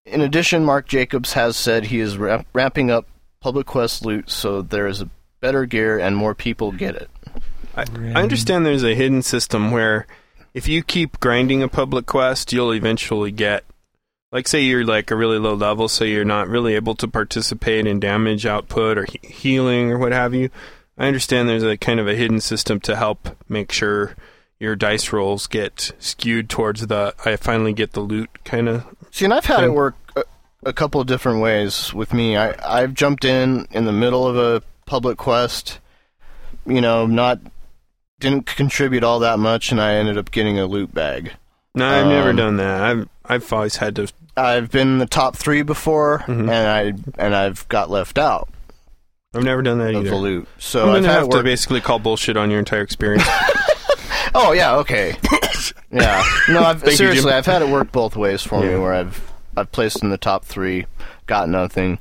Speaker 2: In addition, Mark Jacobs has said he is ramp- ramping up public quest loot so there is a better gear and more people get it.
Speaker 3: I,
Speaker 1: Rim.
Speaker 3: I understand there's a hidden system where if you keep grinding a public quest, you'll eventually get like say you're like a really low level, so you're not really able to participate in damage output or he- healing or what have you. I understand there's a kind of a hidden system to help make sure your dice rolls get skewed towards the I finally get the loot kind of.
Speaker 2: See, and I've had it
Speaker 3: Thing.
Speaker 2: work a, a couple of different ways with me. I, I've jumped in in the middle of a public quest, you know, not didn't contribute all that much, and I ended up getting a loot bag.
Speaker 3: No, I've never
Speaker 2: Um,
Speaker 3: done that. I've I've always had to.
Speaker 2: I've been in the top three before, and
Speaker 3: Mhm.
Speaker 2: I and I've got left out
Speaker 3: I've never done that
Speaker 2: of the
Speaker 3: either.
Speaker 2: loot.
Speaker 3: I'm
Speaker 2: So I've
Speaker 3: gonna
Speaker 2: had it
Speaker 3: have to
Speaker 2: work.
Speaker 3: basically call bullshit on your entire experience.
Speaker 2: Oh yeah, okay. yeah, no, I've,
Speaker 3: Thank you,
Speaker 2: seriously,
Speaker 3: Jim.
Speaker 2: I've had it work both ways for
Speaker 3: Yeah.
Speaker 2: me, where I've I've placed in the top three, got nothing,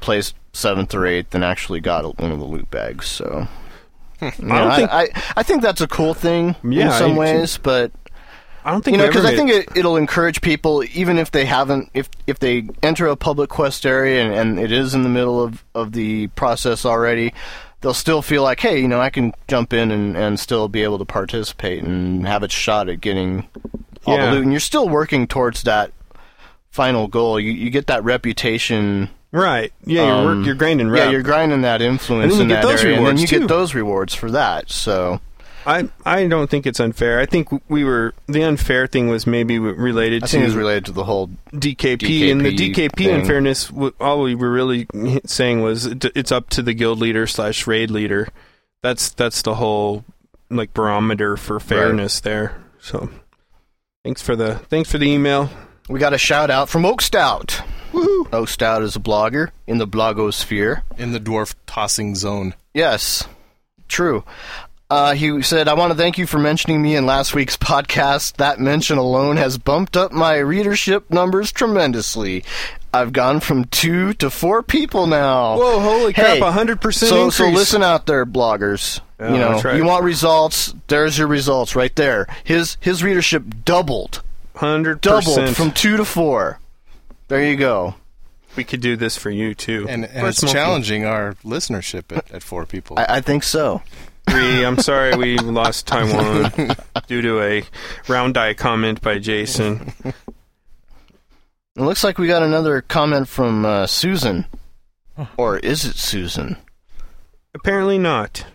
Speaker 2: placed seventh or eighth, and actually got one of the loot bags. So You know, I,
Speaker 3: Hmm. think-
Speaker 2: I, I think that's a cool thing in
Speaker 3: Yeah, I
Speaker 2: some
Speaker 3: do.
Speaker 2: ways, but
Speaker 3: I don't think
Speaker 2: you know,
Speaker 3: we ever
Speaker 2: because I
Speaker 3: made-
Speaker 2: think it, it'll encourage people, even if they haven't, if if they enter a public quest area and, and it is in the middle of, of the process already, they'll still feel like, hey, you know, I can jump in and, and still be able to participate and have a shot at getting all
Speaker 3: Yeah.
Speaker 2: the loot. And you're still working towards that final goal. You you get that reputation.
Speaker 3: right. Yeah, you're
Speaker 2: um,
Speaker 3: work, you're grinding. Rep.
Speaker 2: Yeah, you're grinding that influence
Speaker 3: And then you
Speaker 2: in
Speaker 3: get
Speaker 2: that
Speaker 3: those
Speaker 2: area, and then
Speaker 3: rewards,
Speaker 2: you
Speaker 3: too.
Speaker 2: get those rewards for that. So
Speaker 3: I I don't think it's unfair. I think we were the unfair thing was maybe related
Speaker 2: I
Speaker 3: to
Speaker 2: think it's related to the whole
Speaker 3: DKP, and the
Speaker 2: DKP
Speaker 3: DKP
Speaker 2: thing.
Speaker 3: unfairness. w- All we were really saying was it- it's up to the guild leader slash raid leader. That's that's the whole like barometer for fairness there. So thanks for the thanks for the email.
Speaker 2: We got a shout out from Oak Stout. Woohoo! Oak Stout is a blogger in the blogosphere.
Speaker 4: in the dwarf tossing zone.
Speaker 2: Yes, true. Uh, he said, I want to thank you for mentioning me in last week's podcast. That mention alone has bumped up my readership numbers tremendously. I've gone from two to four people now.
Speaker 3: Whoa! Holy
Speaker 2: Hey,
Speaker 3: crap! hundred percent
Speaker 2: so,
Speaker 3: increase.
Speaker 2: so listen out there, bloggers.
Speaker 3: Yeah,
Speaker 2: you know,
Speaker 3: that's right.
Speaker 2: you want results? There's your results right there. His his readership doubled,
Speaker 3: hundred
Speaker 2: doubled
Speaker 3: percent.
Speaker 2: from two to four. There you go.
Speaker 3: we could do this for you too.
Speaker 4: And, and
Speaker 3: Or
Speaker 4: it's
Speaker 3: Smokey.
Speaker 4: challenging our listenership at, at four people.
Speaker 2: I, I think so.
Speaker 3: Three. I'm sorry we lost Taiwan due to a round eye comment by Jason.
Speaker 2: It looks like we got another comment from uh, Susan. Or is it Susan?
Speaker 3: Apparently not.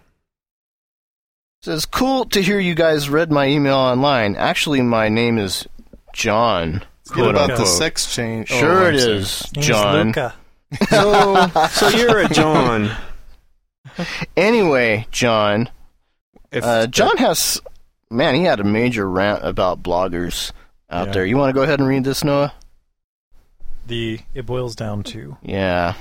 Speaker 2: Says, cool to hear you guys read my email online. Actually, my name is John.
Speaker 4: what
Speaker 1: Quote
Speaker 4: about the
Speaker 1: unquote.
Speaker 4: sex change? Oh,
Speaker 2: Sure
Speaker 4: I'm
Speaker 2: it
Speaker 4: sorry.
Speaker 2: is,
Speaker 1: Name's
Speaker 2: John.
Speaker 1: Luca.
Speaker 3: So so you're a
Speaker 2: Uh,
Speaker 3: John.
Speaker 2: Anyway, John.
Speaker 3: If
Speaker 2: Uh, John has, man, he had a major rant about bloggers out
Speaker 1: Yeah.
Speaker 2: there. You want to go ahead and read this, Noah?
Speaker 1: The it boils down to
Speaker 2: Yeah.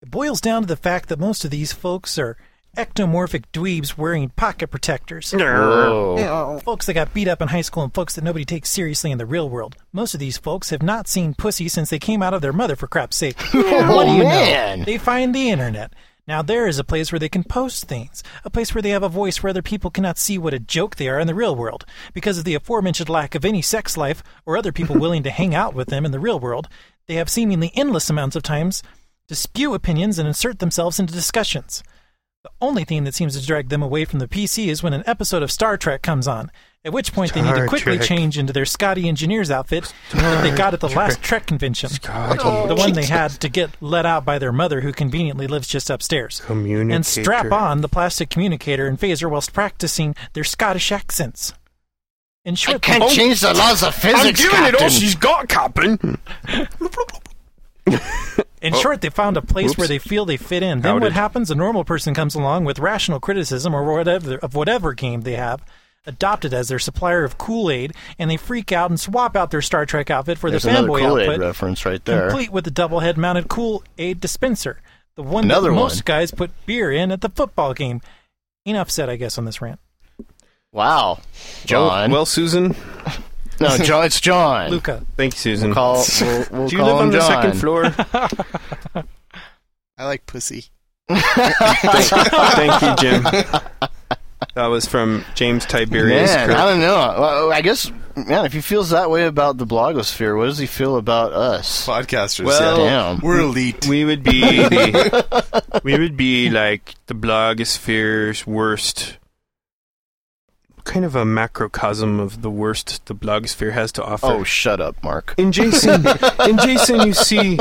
Speaker 1: It boils down to the fact that most of these folks are ectomorphic dweebs wearing pocket protectors.
Speaker 2: Whoa.
Speaker 1: Folks that got beat up in high school and folks that nobody takes seriously in the real world. Most of these folks have not seen pussy since they came out of their mother, for crap's sake. what do you
Speaker 2: man.
Speaker 1: know? They find the internet. Now there is a place where they can post things, a place where they have a voice where other people cannot see what a joke they are in the real world. Because of the aforementioned lack of any sex life or other people willing to hang out with them in the real world, they have seemingly endless amounts of times to spew opinions and insert themselves into discussions. The only thing that seems to drag them away from the PC is when an episode of Star Trek comes on, at which point they need to
Speaker 3: Star
Speaker 1: quickly
Speaker 3: Trek.
Speaker 1: change into their Scotty engineer's outfit that they got at the last Trek convention. The one they had to get let out by their mother, who conveniently lives just upstairs. And strap
Speaker 3: Communicator.
Speaker 1: on the plastic communicator and phaser whilst practicing their Scottish accents. In short,
Speaker 2: I can't change the laws of physics, Captain. Hmm.
Speaker 3: got, Captain.
Speaker 1: In
Speaker 2: Oh.
Speaker 1: short, they found a place where they feel they fit in. Then
Speaker 3: Howdy.
Speaker 1: what happens? A normal person comes along with rational criticism or whatever of whatever game they have, adopted as their supplier of Kool Aid, and they freak out and swap out their Star Trek outfit for
Speaker 2: There's
Speaker 1: the
Speaker 2: another
Speaker 1: fanboy
Speaker 2: Kool-Aid
Speaker 1: outfit,
Speaker 2: reference right there.
Speaker 1: complete with the double head mounted Kool Aid dispenser. The one
Speaker 2: Another
Speaker 1: that
Speaker 2: one.
Speaker 1: most guys put beer in at the football game. Enough said, I guess, on this rant.
Speaker 2: Wow.
Speaker 3: Well,
Speaker 2: John.
Speaker 3: well, Susan.
Speaker 2: No, John, it's John.
Speaker 1: Luca,
Speaker 3: Thank you, Susan.
Speaker 2: Call, we'll, we'll
Speaker 3: Do you
Speaker 2: call
Speaker 3: live
Speaker 2: him
Speaker 3: on the
Speaker 2: John.
Speaker 3: second floor?
Speaker 4: I like pussy.
Speaker 3: Thank you, Jim. That was from James Tiberius.
Speaker 2: Man,
Speaker 3: Kirk.
Speaker 2: I don't know. Well, I guess, man, if he feels that way about the blogosphere, what does he feel about us?
Speaker 4: Podcasters.
Speaker 3: Well,
Speaker 4: yeah.
Speaker 2: Damn.
Speaker 4: we're elite.
Speaker 3: we would be the, we would be like the blogosphere's worst kind of a macrocosm of the worst the blogosphere has to offer.
Speaker 2: Oh, shut up, Mark.
Speaker 3: In Jason, in Jason, you see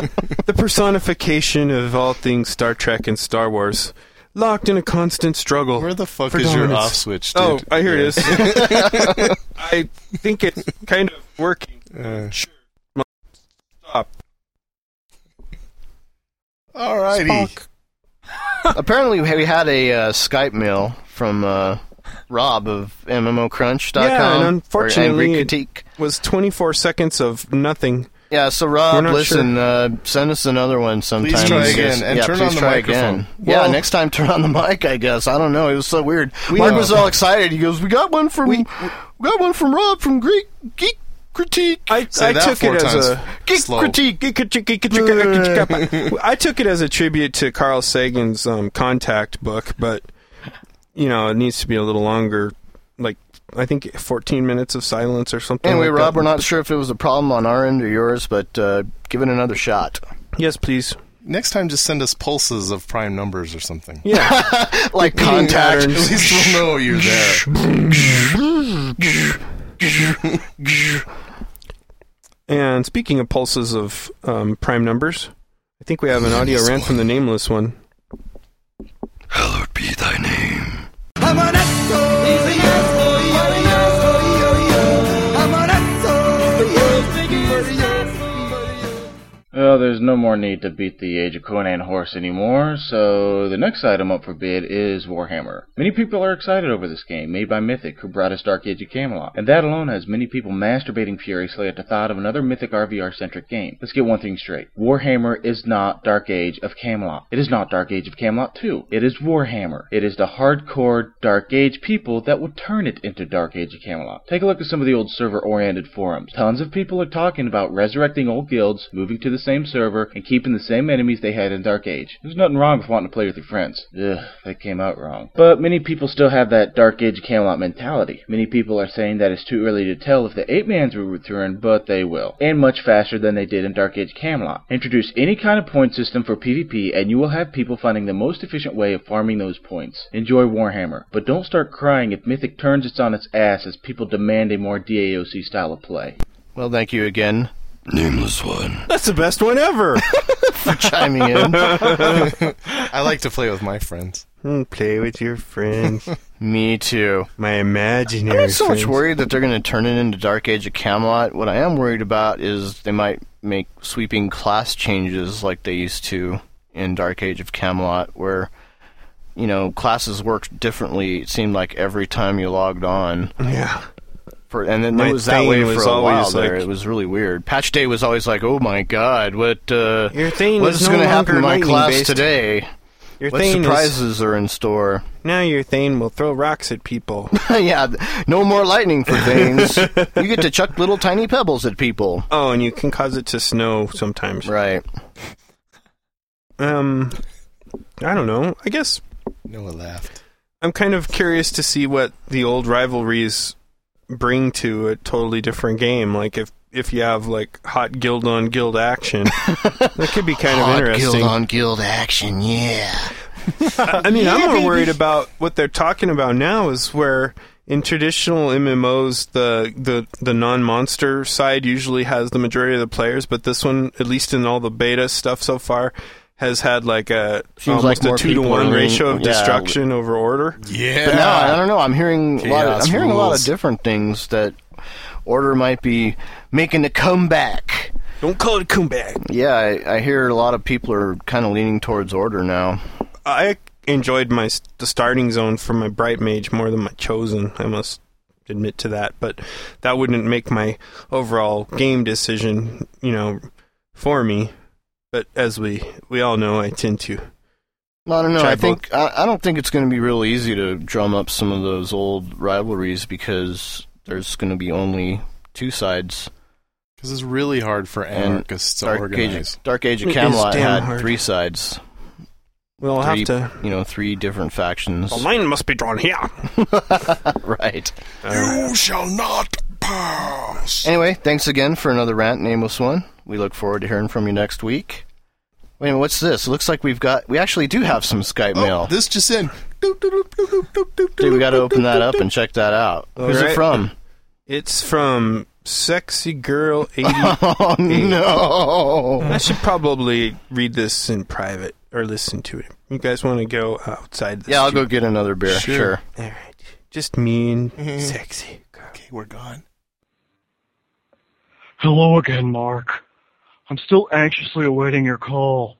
Speaker 3: the personification of all things Star Trek and Star Wars. Locked in a constant struggle.
Speaker 4: Where the fuck
Speaker 3: For
Speaker 4: is your
Speaker 3: dominance.
Speaker 4: off switch, dude?
Speaker 3: oh, I hear
Speaker 4: Yeah.
Speaker 3: it is. I think it's kind of working.
Speaker 4: Uh,
Speaker 3: Sure. Stop.
Speaker 4: alrighty.
Speaker 2: Apparently, we had a uh, Skype mail from uh, Rob of MMOCrunch.com.
Speaker 3: Yeah, and
Speaker 2: or
Speaker 3: unfortunately
Speaker 2: Angry
Speaker 3: it-
Speaker 2: Critique.
Speaker 3: Was 24 seconds of nothing.
Speaker 2: Yeah, so
Speaker 3: We're
Speaker 2: Rob,
Speaker 3: not
Speaker 2: listen, uh, send us another one sometime.
Speaker 4: try
Speaker 2: I
Speaker 4: again,
Speaker 2: guess.
Speaker 4: and
Speaker 2: yeah,
Speaker 4: turn
Speaker 2: please
Speaker 4: on the
Speaker 2: try
Speaker 4: microphone.
Speaker 2: again.
Speaker 4: Well-
Speaker 2: yeah, next time turn on the mic. I guess I don't know. It was so weird.
Speaker 3: We-
Speaker 2: Mark
Speaker 3: Uh,
Speaker 2: was all excited. He goes, "We got one from, we,
Speaker 3: We-
Speaker 2: got one from Rob from Greek Geek Critique."
Speaker 3: I,
Speaker 4: Say
Speaker 3: I
Speaker 4: that
Speaker 3: took
Speaker 4: four
Speaker 3: it as
Speaker 4: times
Speaker 3: a.
Speaker 2: Geek
Speaker 4: slow.
Speaker 2: Critique.
Speaker 3: I took it as a tribute to Carl Sagan's um, Contact book, but you know it needs to be a little longer. Like I think 14 minutes of silence or something.
Speaker 2: Anyway,
Speaker 3: like
Speaker 2: Rob,
Speaker 3: that.
Speaker 2: we're not sure if it was a problem on our end or yours, but uh, give it another shot.
Speaker 3: Yes, please.
Speaker 4: Next time, just send us pulses of prime numbers or something.
Speaker 3: Yeah.
Speaker 2: Like contact.
Speaker 4: At least we'll know you're there.
Speaker 3: and speaking of pulses of um, prime numbers, I think we have an audio rant from the nameless one.
Speaker 2: Hallowed be thy name.
Speaker 7: Well, there's no more need to beat the Age of Conan horse anymore, so the next item up for bid is Warhammer. Many people are excited over this game, made by Mythic, who brought us Dark Age of Camelot, and that alone has many people masturbating furiously at the thought of another Mythic RVR-centric game. Let's get one thing straight. Warhammer is not Dark Age of Camelot. It is not Dark Age of Camelot 2. It is Warhammer. It is the hardcore Dark Age people that would turn it into Dark Age of Camelot. Take a look at some of the old server-oriented forums. Tons of people are talking about resurrecting old guilds, moving to the same server, and keeping the same enemies they had in Dark Age. There's nothing wrong with wanting to play with your friends. Ugh, that came out wrong. But many people still have that Dark Age of Camelot mentality. Many people are saying that it's too early to tell if the Ape Mans will return, but they will. And much faster than they did in Dark Age Camelot. Introduce any kind of point system for PvP, and you will have people finding the most efficient way of farming those points. Enjoy Warhammer, but don't start crying if Mythic turns its on its ass as people demand a more DAOC style of play.
Speaker 2: Well, thank you again, nameless one,
Speaker 3: That's the best one ever.
Speaker 2: for chiming in.
Speaker 4: I like to play with my friends.
Speaker 3: Hmm, Play with your friends,
Speaker 2: Me too.
Speaker 3: my imaginary.
Speaker 2: I'm not so much worried that they're going to turn it into Dark Age of Camelot. What I am worried about is they might make sweeping class changes like they used to in Dark Age of Camelot, where you know classes worked differently. It seemed like every time you logged on,
Speaker 3: Yeah.
Speaker 2: for, and then
Speaker 3: My
Speaker 2: it was that way
Speaker 3: thing
Speaker 2: for
Speaker 3: was
Speaker 2: a while.
Speaker 3: always
Speaker 2: There,
Speaker 3: like-
Speaker 2: it was really weird. Patch day was always like, "Oh my god, what uh,
Speaker 3: Your thing
Speaker 2: what's
Speaker 3: is no
Speaker 2: going to happen to
Speaker 3: longer
Speaker 2: my
Speaker 3: lightning
Speaker 2: class
Speaker 3: based.
Speaker 2: today?
Speaker 3: Your
Speaker 2: What
Speaker 3: Thane is,
Speaker 2: surprises are in store?"
Speaker 3: now your Thane will throw rocks at people.
Speaker 2: yeah, th- no more lightning for things. you get to chuck little tiny pebbles at people.
Speaker 3: oh, and you can cause it to snow sometimes.
Speaker 2: Right.
Speaker 3: Um, I don't know. I guess
Speaker 4: No one laughed.
Speaker 3: I'm kind of curious to see what the old rivalries bring to a totally different game. Like if if you have like hot guild on guild action, that could be kind of interesting.
Speaker 2: guild on guild action, yeah.
Speaker 3: I mean, I'm more worried about what they're talking about now is where in traditional MMOs the the the non-monster side usually has the majority of the players, but this one, at least in all the beta stuff so far, has had like a
Speaker 2: Seems like
Speaker 3: almost
Speaker 2: more
Speaker 3: a two to
Speaker 2: people
Speaker 3: one
Speaker 2: are in-
Speaker 3: ratio of
Speaker 2: yeah.
Speaker 3: destruction over order.
Speaker 4: Yeah.
Speaker 2: But now I don't know. I'm hearing a lot. Of,
Speaker 4: Chaos
Speaker 2: I'm hearing a lot
Speaker 4: rules.
Speaker 2: of different things that Order might be making a comeback.
Speaker 3: Don't call it comeback.
Speaker 2: Yeah, I, I hear a lot of people are kind of leaning towards Order now.
Speaker 3: I enjoyed my s- the starting zone for my bright mage more than my chosen. I must admit to that, but that wouldn't make my overall game decision, you know, for me. But as we we all know, I tend to.
Speaker 2: I don't know.
Speaker 3: Try
Speaker 2: I think I, I don't think it's going to be real easy to drum up some of those old rivalries because there's going to be only two sides
Speaker 4: Because it's really hard for
Speaker 2: And
Speaker 4: anarchists to
Speaker 2: Dark Age,
Speaker 4: organize.
Speaker 2: of, Dark Age of
Speaker 3: It is
Speaker 2: Camelot
Speaker 3: damn
Speaker 2: had
Speaker 3: hard.
Speaker 2: three sides,
Speaker 3: We'll
Speaker 2: Three-
Speaker 3: have to.
Speaker 2: you know, three different factions.
Speaker 3: The line must be drawn here. Uh,
Speaker 2: right.
Speaker 4: You shall not pass.
Speaker 2: Anyway, thanks again for another rant, nameless one. We look forward to hearing from you next week. Wait a minute, what's this? It looks like we've got we actually do have some Skype mail.
Speaker 4: Oh, this just in. Doop, doop, doop, doop, doop, doop, doop,
Speaker 2: Dude, we got to
Speaker 4: doop,
Speaker 2: open
Speaker 4: doop,
Speaker 2: that up
Speaker 4: doop,
Speaker 2: and check that out. Who's it
Speaker 3: Alright.
Speaker 2: from?
Speaker 3: It's from Sexy Girl 80.
Speaker 2: Oh no!
Speaker 3: I should probably read this in private or listen to it. You guys want to go outside the
Speaker 2: Yeah, I'll go
Speaker 3: studio?
Speaker 2: get another beer. Sure.
Speaker 3: All right. Just mean,
Speaker 4: Mhm.
Speaker 3: sexy girl.
Speaker 4: Okay, we're gone.
Speaker 8: Hello again, Mark. I'm still anxiously awaiting your call.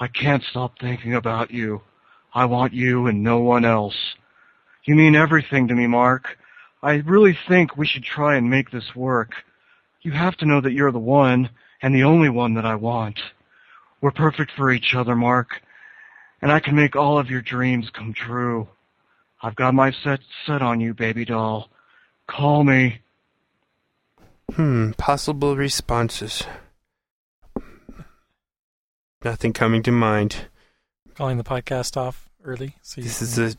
Speaker 8: I can't stop thinking about you. I want you and no one else. You mean everything to me, Mark. I really think we should try and make this work. You have to know that you're the one and the only one that I want. We're perfect for each other, Mark, and I can make all of your dreams come true. I've got my set set on you, baby doll. Call me.
Speaker 3: Hmm, possible responses. Nothing coming to mind.
Speaker 1: Calling the podcast off early so you
Speaker 3: This is a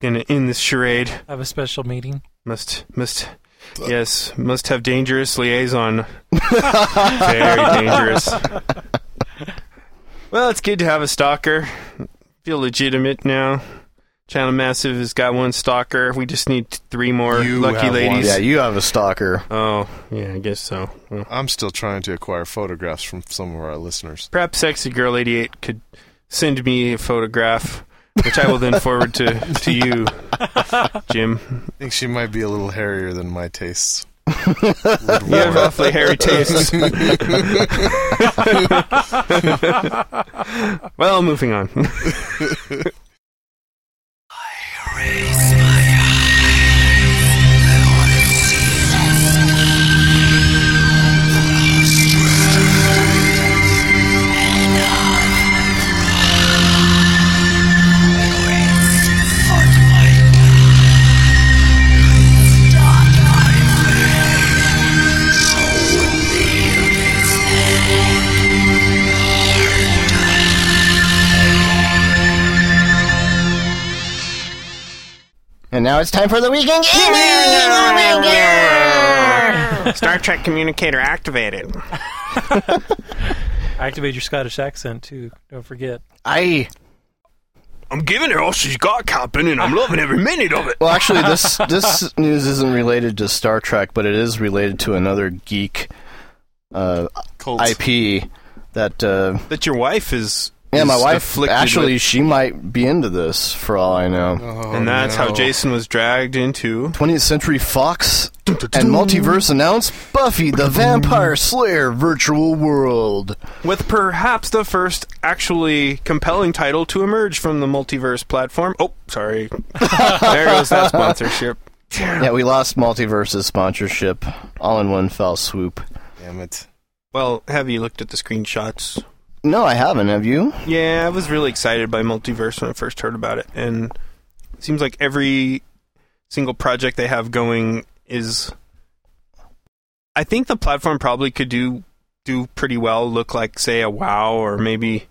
Speaker 3: gonna end this charade.
Speaker 1: have a special meeting.
Speaker 3: Must must yes, must have dangerous liaison. Very dangerous. Well, it's good to have a stalker. Feel legitimate now. Channel Massive has got one stalker. We just need three more
Speaker 4: You
Speaker 3: lucky
Speaker 4: have one.
Speaker 3: ladies.
Speaker 2: Yeah, you have a stalker.
Speaker 3: Oh, yeah, I guess so. Well,
Speaker 4: I'm still trying to acquire photographs from some of our listeners.
Speaker 3: perhaps sexy girl 88 could send me a photograph which I will then forward to to you, Jim.
Speaker 4: I think she might be a little hairier than my tastes.
Speaker 3: You have awfully hairy tastes. well, moving on.
Speaker 2: And now it's time for the weekend gaming.
Speaker 3: Star Trek communicator activated.
Speaker 1: Activate your Scottish accent too. Don't forget.
Speaker 2: I
Speaker 5: I'm giving her all she's got, Captain, and I'm loving every minute of it.
Speaker 2: well, actually, this this news isn't related to Star Trek, but it is related to another geek uh,
Speaker 4: Colts.
Speaker 2: IP that. Uh,
Speaker 3: That your wife is.
Speaker 2: yeah, my
Speaker 3: is
Speaker 2: wife
Speaker 3: afflicted
Speaker 2: actually
Speaker 3: with-
Speaker 2: she might be into this for all I know.
Speaker 4: Oh,
Speaker 3: and that's how
Speaker 4: no.
Speaker 3: Jason was dragged into.
Speaker 2: 20th Century Fox and Multiverse announce Buffy the Vampire Slayer Virtual World.
Speaker 3: with perhaps the first actually compelling title to emerge from the multiverse platform. Oh, sorry. there goes that sponsorship.
Speaker 2: Yeah, we lost Multiverse's sponsorship all in one fell swoop.
Speaker 4: Damn it.
Speaker 3: Well, have you looked at the screenshots?
Speaker 2: No, I haven't. Have you?
Speaker 3: Yeah, I was really excited by Multiverse when I first heard about it, and it seems like every single project they have going is. I think the platform probably could do do pretty well. Look like say a WoW or maybe.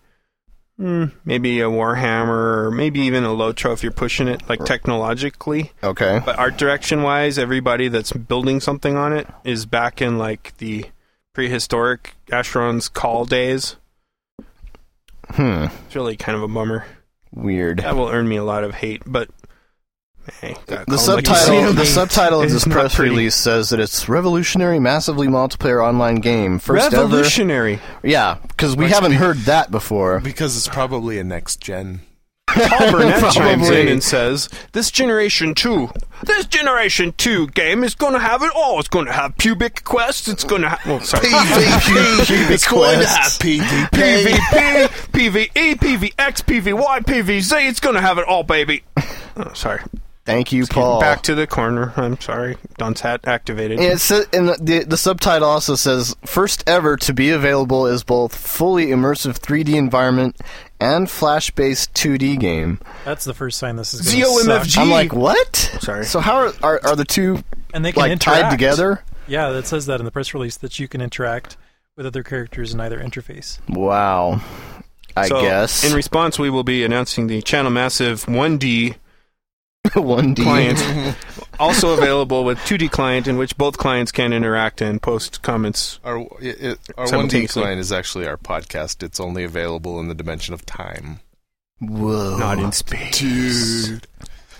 Speaker 3: mm, Maybe a Warhammer, or maybe even a Lotro if you're pushing it, like technologically.
Speaker 2: Okay.
Speaker 3: But art direction wise, everybody that's building something on it is back in like the prehistoric Ashron's Call days.
Speaker 2: Hmm.
Speaker 3: It's really kind of a bummer.
Speaker 2: Weird.
Speaker 3: That will earn me a lot of hate, but hey, gotta
Speaker 2: The
Speaker 3: call 'em like you see
Speaker 2: subtitle,
Speaker 3: 'em.
Speaker 2: the subtitle of
Speaker 3: It's
Speaker 2: this
Speaker 3: not
Speaker 2: press
Speaker 3: pretty.
Speaker 2: release says that it's revolutionary, massively multiplayer online game. First ever.
Speaker 3: Revolutionary.
Speaker 2: Yeah, because we haven't heard that before.
Speaker 4: Because it's probably a next gen.
Speaker 3: Paul Burnett chimes in
Speaker 2: Probably.
Speaker 3: and says, "This generation two,
Speaker 5: This Generation 2 game is going to have it all. It's going to have pubic quests. It's going to have. Well, sorry.
Speaker 2: it's going to have
Speaker 4: PvP.
Speaker 5: PvP, PvE,
Speaker 3: E,
Speaker 5: PvX, PvY, PvZ. It's going to have it all, baby.
Speaker 3: oh, sorry.
Speaker 2: Thank you,
Speaker 3: Getting
Speaker 2: Paul.
Speaker 3: Back to the corner. I'm sorry. Don's hat activated.
Speaker 2: And it sa and the, the, the subtitle also says first ever to be available is both fully immersive 3D environment and flash-based 2D game.
Speaker 1: That's the first sign this is going to
Speaker 3: ZOMFG.
Speaker 1: suck.
Speaker 2: I'm like, what?
Speaker 3: Sorry.
Speaker 2: So how are are, are the two
Speaker 1: And they can
Speaker 2: like
Speaker 1: interact
Speaker 2: tied together?
Speaker 1: Yeah, that says that in the press release that you can interact with other characters in either interface.
Speaker 2: Wow. I
Speaker 3: So,
Speaker 2: guess
Speaker 3: In response, we will be announcing the Channel Massive 1D
Speaker 2: one D.
Speaker 3: client, also available with 2D client, in which both clients can interact and post comments.
Speaker 4: Our, it, it, our
Speaker 3: Simultaneously.
Speaker 4: 1D client is actually our podcast. It's only available in the dimension of time.
Speaker 2: Whoa.
Speaker 3: Not in space.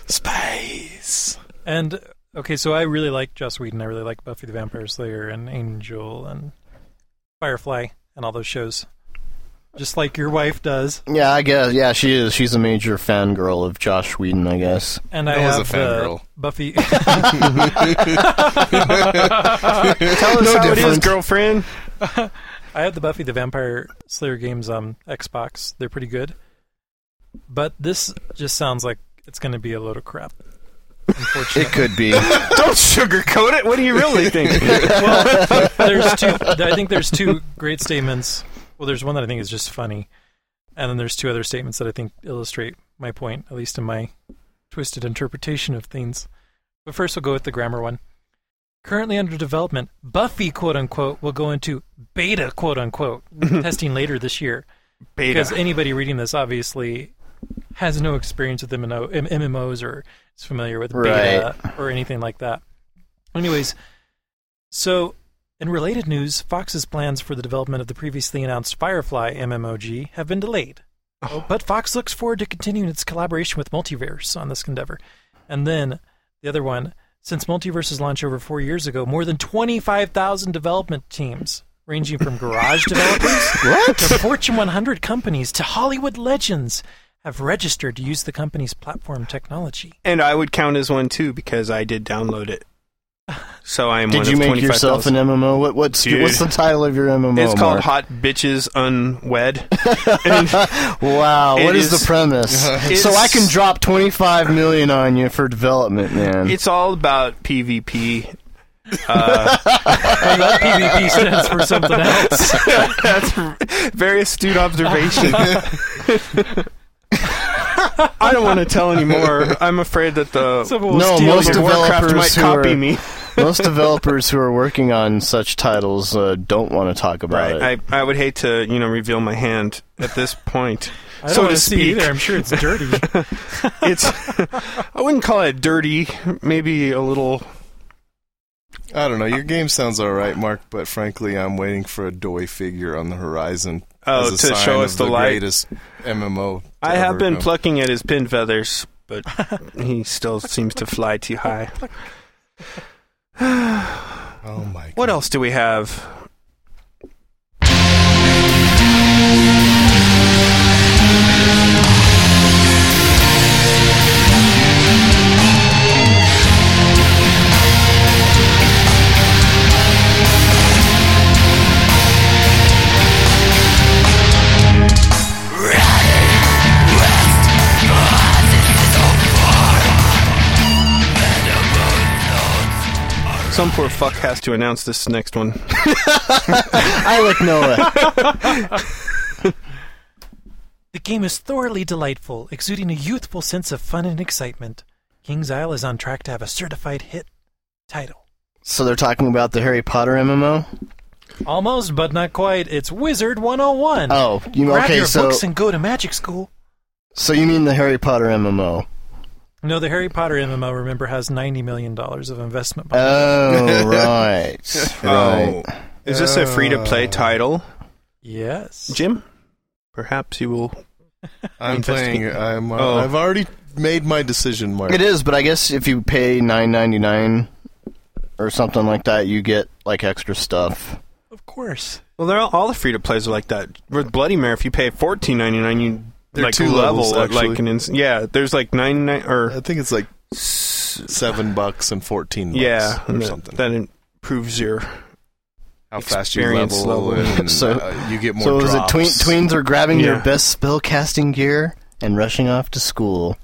Speaker 4: Space.
Speaker 1: And Okay, so I really like Joss Whedon. I really like Buffy the Vampire Slayer and Angel and Firefly and all those shows. Just like your wife does.
Speaker 2: Yeah, I guess. Yeah, she is. She's a major fangirl of Josh Whedon, I guess.
Speaker 1: And I
Speaker 4: That was a
Speaker 1: have uh,
Speaker 4: fangirl.
Speaker 1: Buffy.
Speaker 2: Tell us how
Speaker 3: no
Speaker 2: it
Speaker 3: difference,
Speaker 2: is,
Speaker 3: girlfriend.
Speaker 1: I have the Buffy the Vampire Slayer games on Xbox. They're pretty good. But this just sounds like it's going to be a load of crap. Unfortunately.
Speaker 2: It could be.
Speaker 3: Don't sugarcoat it. What do you really think?
Speaker 1: well, there's two. I think there's two great statements. Well, there's one that I think is just funny, and then there's two other statements that I think illustrate my point, at least in my twisted interpretation of things. But first, we'll go with the grammar one. Currently under development, Buffy quote unquote will go into beta quote unquote testing later this year because
Speaker 3: Beta.
Speaker 1: anybody reading this obviously has no experience with MMO, M- MMOs or is familiar with beta or anything like that. Anyways, so in related news, Fox's plans for the development of the previously announced Firefly MMOG have been delayed. But Fox looks forward to continuing its collaboration with Multiverse on this endeavor. And then the other one, since Multiverse's launch over four years ago, more than 25,000 development teams, ranging from garage developers to Fortune 100 companies to Hollywood legends, have registered to use the company's platform technology.
Speaker 3: And I would count as one too because I did download it. So I am one
Speaker 2: Did you
Speaker 3: of
Speaker 2: make
Speaker 3: 25,000.
Speaker 2: yourself an MMO? What, what's
Speaker 3: Dude.
Speaker 2: what's the title of your MMO?
Speaker 3: It's called
Speaker 2: Mark?
Speaker 3: Hot Bitches Unwed. And
Speaker 2: Wow,
Speaker 3: It
Speaker 2: what is,
Speaker 3: is-
Speaker 2: the premise?
Speaker 3: It's-
Speaker 2: so I can drop 25 million on you for development, man.
Speaker 3: it's all about PvP.
Speaker 1: I thought PvP stands for something else.
Speaker 3: That's a very astute observation. I don't want to tell anymore. I'm afraid that the
Speaker 1: Someone will
Speaker 2: No,
Speaker 1: steal
Speaker 2: most
Speaker 1: your-
Speaker 3: World of Warcraft might
Speaker 2: developers who
Speaker 3: copy
Speaker 2: are-
Speaker 3: me.
Speaker 2: Most developers who are working on such titles uh, don't want to talk about it.
Speaker 3: I, I would hate to, you know, reveal my hand at this point.
Speaker 1: I don't
Speaker 3: so
Speaker 1: want
Speaker 3: to
Speaker 1: to
Speaker 3: speak.
Speaker 1: see either. I'm sure it's dirty.
Speaker 3: It's I wouldn't call it dirty, maybe a little
Speaker 4: I don't know. Your game sounds all right, Mark, but frankly, I'm waiting for a doy figure on the horizon
Speaker 3: oh
Speaker 4: as a
Speaker 3: to
Speaker 4: sign
Speaker 3: show
Speaker 4: of
Speaker 3: us the, light.
Speaker 4: greatest MMO. to
Speaker 3: I
Speaker 4: ever
Speaker 3: have been
Speaker 4: come.
Speaker 3: plucking at his pin feathers, but he still seems to fly too high.
Speaker 4: oh my!
Speaker 3: What else do we have? Some poor fuck has to announce this next one.
Speaker 2: I like Noah.
Speaker 1: The game is thoroughly delightful, exuding a youthful sense of fun and excitement. King's Isle is on track to have a certified hit title.
Speaker 2: so they're talking about the Harry Potter MMO.
Speaker 1: Almost, but not quite. It's Wizard 101.
Speaker 2: Oh, you
Speaker 1: Grab
Speaker 2: okay?
Speaker 1: your
Speaker 2: So,
Speaker 1: books and go to magic school.
Speaker 2: so you mean the Harry Potter MMO?
Speaker 1: No, the Harry Potter MMO, remember, has $90 million of investment. behind it.
Speaker 2: Oh, right,
Speaker 4: Oh.
Speaker 2: right.
Speaker 3: Is this a free to
Speaker 4: Uh.
Speaker 3: play title,
Speaker 1: yes.
Speaker 3: Jim? Perhaps you will.
Speaker 4: I'm
Speaker 3: Investigate.
Speaker 4: playing. I'm. Uh,
Speaker 3: Oh.
Speaker 4: I've already made my decision, Mark.
Speaker 2: It is, but I guess if you pay nine ninety nine or something like that, you get like extra stuff.
Speaker 1: of course.
Speaker 3: Well, they're all, all the free to plays are like that. With Bloody Mary, if you pay fourteen ninety nine, you
Speaker 4: There are
Speaker 3: like
Speaker 4: two
Speaker 3: level
Speaker 4: levels,
Speaker 3: at, like
Speaker 4: actually.
Speaker 3: an ins- yeah. There's like nine nine
Speaker 4: I
Speaker 3: or
Speaker 4: think it's like seven bucks and fourteen bucks
Speaker 3: yeah
Speaker 4: or
Speaker 3: that-
Speaker 4: something.
Speaker 3: That improves your
Speaker 4: How fast you
Speaker 3: experience
Speaker 4: level,
Speaker 3: level.
Speaker 4: and
Speaker 2: So-
Speaker 4: uh, you get more.
Speaker 2: so is it
Speaker 4: drops.
Speaker 2: tween, tweens are grabbing their
Speaker 3: Yeah.
Speaker 2: best spellcasting gear and rushing off to school?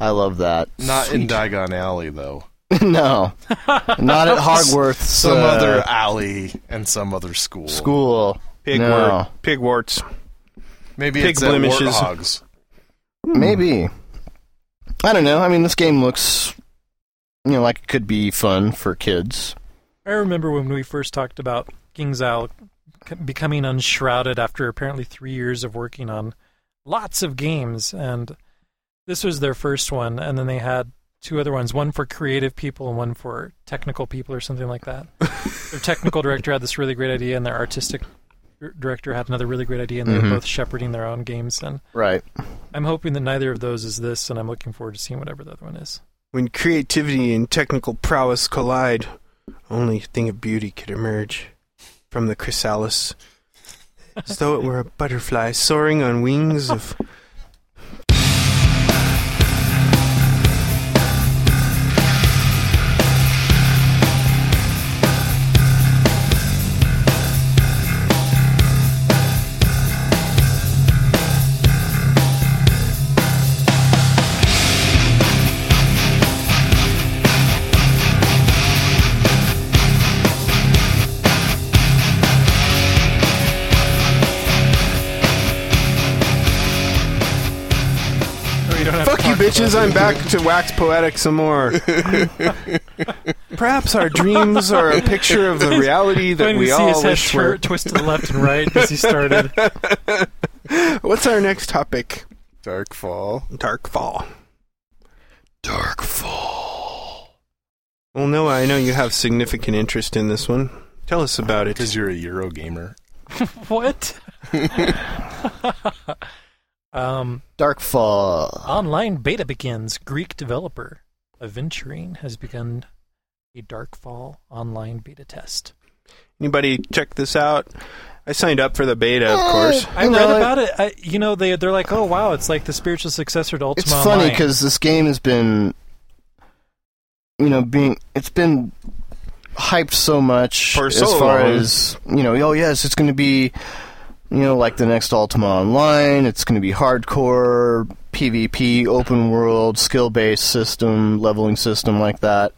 Speaker 2: I love that.
Speaker 4: Not in Diagon Alley though.
Speaker 2: no, not at Hogwarts.
Speaker 4: Some
Speaker 2: uh,
Speaker 4: other alley and some other school.
Speaker 2: school.
Speaker 3: pig
Speaker 2: no,
Speaker 3: wart, pig warts.
Speaker 4: Maybe
Speaker 3: Pig
Speaker 4: it's at
Speaker 3: blemishes.
Speaker 4: Warthogs.
Speaker 1: Hmm.
Speaker 2: maybe. I don't know. I mean, this game looks, you know, like it could be fun for kids.
Speaker 1: I remember when we first talked about King's Isle c- becoming unshrouded after apparently three years of working on lots of games, and this was their first one, and then they had two other ones, one for creative people and one for technical people or something like that. their technical director had this really great idea, and their artistic dir- director had another really great idea, and they
Speaker 2: Mhm.
Speaker 3: Mm-hmm.
Speaker 1: were both shepherding their own games. And
Speaker 2: Right.
Speaker 1: I'm hoping that neither of those is this, and I'm looking forward to seeing whatever the other one is.
Speaker 3: When creativity and technical prowess collide, only a thing of beauty could emerge from the chrysalis, as though it were a butterfly soaring on wings of.
Speaker 1: Oh,
Speaker 3: Fuck you, bitches! I'm back to wax poetic some more. Perhaps our dreams are a picture of the reality that
Speaker 1: When
Speaker 3: we
Speaker 1: see his
Speaker 3: all
Speaker 1: head
Speaker 3: wish
Speaker 1: twir-
Speaker 3: were.
Speaker 1: twist to the left and right as he started.
Speaker 3: What's our next topic?
Speaker 4: Dark Fall.
Speaker 3: Dark Fall. Dark Fall. Well, Noah, I know you have significant interest in this one. Tell us about it.
Speaker 4: Because you're a Euro gamer.
Speaker 1: what? um,
Speaker 2: Darkfall.
Speaker 1: online beta begins. Greek developer Aventurine has begun a Darkfall online beta test.
Speaker 3: Anybody check this out? I signed up for the beta,
Speaker 2: Ah.
Speaker 3: of course.
Speaker 1: I
Speaker 2: Eh, You know,
Speaker 1: read
Speaker 2: I-
Speaker 1: about it. I, you know, they they're like, oh wow, it's like the spiritual successor to Ultima
Speaker 2: It's funny
Speaker 1: Online."
Speaker 2: because this game has been, you know, being it's been hyped so much
Speaker 3: For
Speaker 2: as
Speaker 3: so
Speaker 2: far
Speaker 3: long.
Speaker 2: as you know. Oh yes, it's going to be, you know, like the next Ultima Online. It's going to be hardcore PvP, open world, skill based system, leveling system like that.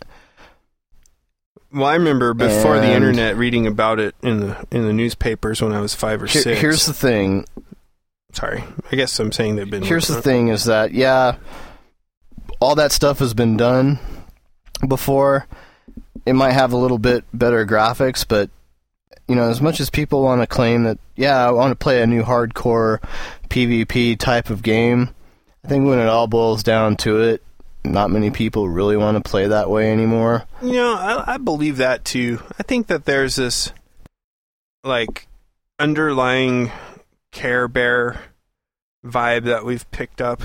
Speaker 3: Well, I remember before the
Speaker 2: And-
Speaker 3: internet reading about it in the in the newspapers when I was five or
Speaker 2: Here-
Speaker 3: six.
Speaker 2: here's the thing.
Speaker 3: Sorry, I guess I'm saying they've been.
Speaker 2: Here's
Speaker 3: working
Speaker 2: the
Speaker 3: on it.
Speaker 2: thing is that yeah, all that stuff has been done before. It might have a little bit better graphics, but you know, as much as people want to claim that yeah, I want to play a new hardcore PvP type of game, I think when it all boils down to it, not many people really want to play that way anymore.
Speaker 3: You know, I, I believe that too. I think that there's this like underlying Care Bear vibe that we've picked up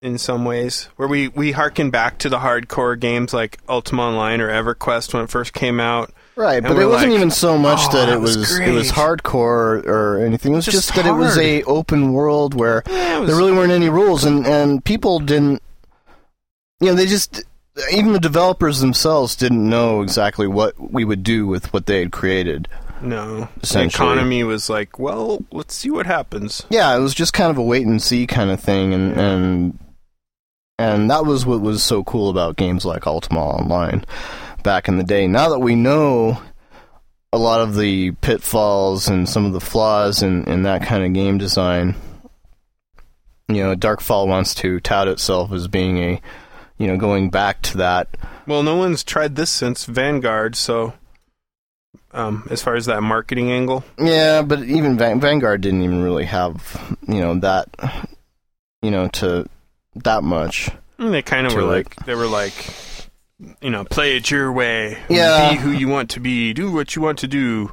Speaker 3: in some ways, where we we harken back to the hardcore games like Ultima Online or EverQuest when it first came out.
Speaker 2: Right,
Speaker 3: And
Speaker 2: but
Speaker 3: we're
Speaker 2: it wasn't
Speaker 3: like,
Speaker 2: even so much
Speaker 3: "Oh,
Speaker 2: that,
Speaker 3: that
Speaker 2: it
Speaker 3: was
Speaker 2: was, it was
Speaker 3: great."
Speaker 2: hardcore or, or anything. It was
Speaker 3: Just
Speaker 2: just, that it was
Speaker 3: hard.
Speaker 2: a open world where
Speaker 3: Yeah, it was-
Speaker 2: there really weren't any rules, and, and people didn't. You know, they just even the developers themselves didn't know exactly what we would do with what they had created.
Speaker 3: no. The
Speaker 2: Essentially.
Speaker 3: economy was like, well, let's see what happens.
Speaker 2: Yeah, it was just kind of a wait and see kind of thing, and and and that was what was so cool about games like Ultima Online back in the day. Now that we know a lot of the pitfalls and some of the flaws in, in that kind of game design, you know, Darkfall wants to tout itself as being a, you know, going back to that.
Speaker 3: Well, no one's tried this since Vanguard, so um, as far as that marketing angle,
Speaker 2: Yeah, but even Van- Vanguard didn't even really have, you know, that, you know, to that much.
Speaker 3: And they kind of
Speaker 2: to
Speaker 3: were
Speaker 2: it.
Speaker 3: like they were like you know play it your way
Speaker 2: Yeah.
Speaker 3: be who you want to be do what you want to do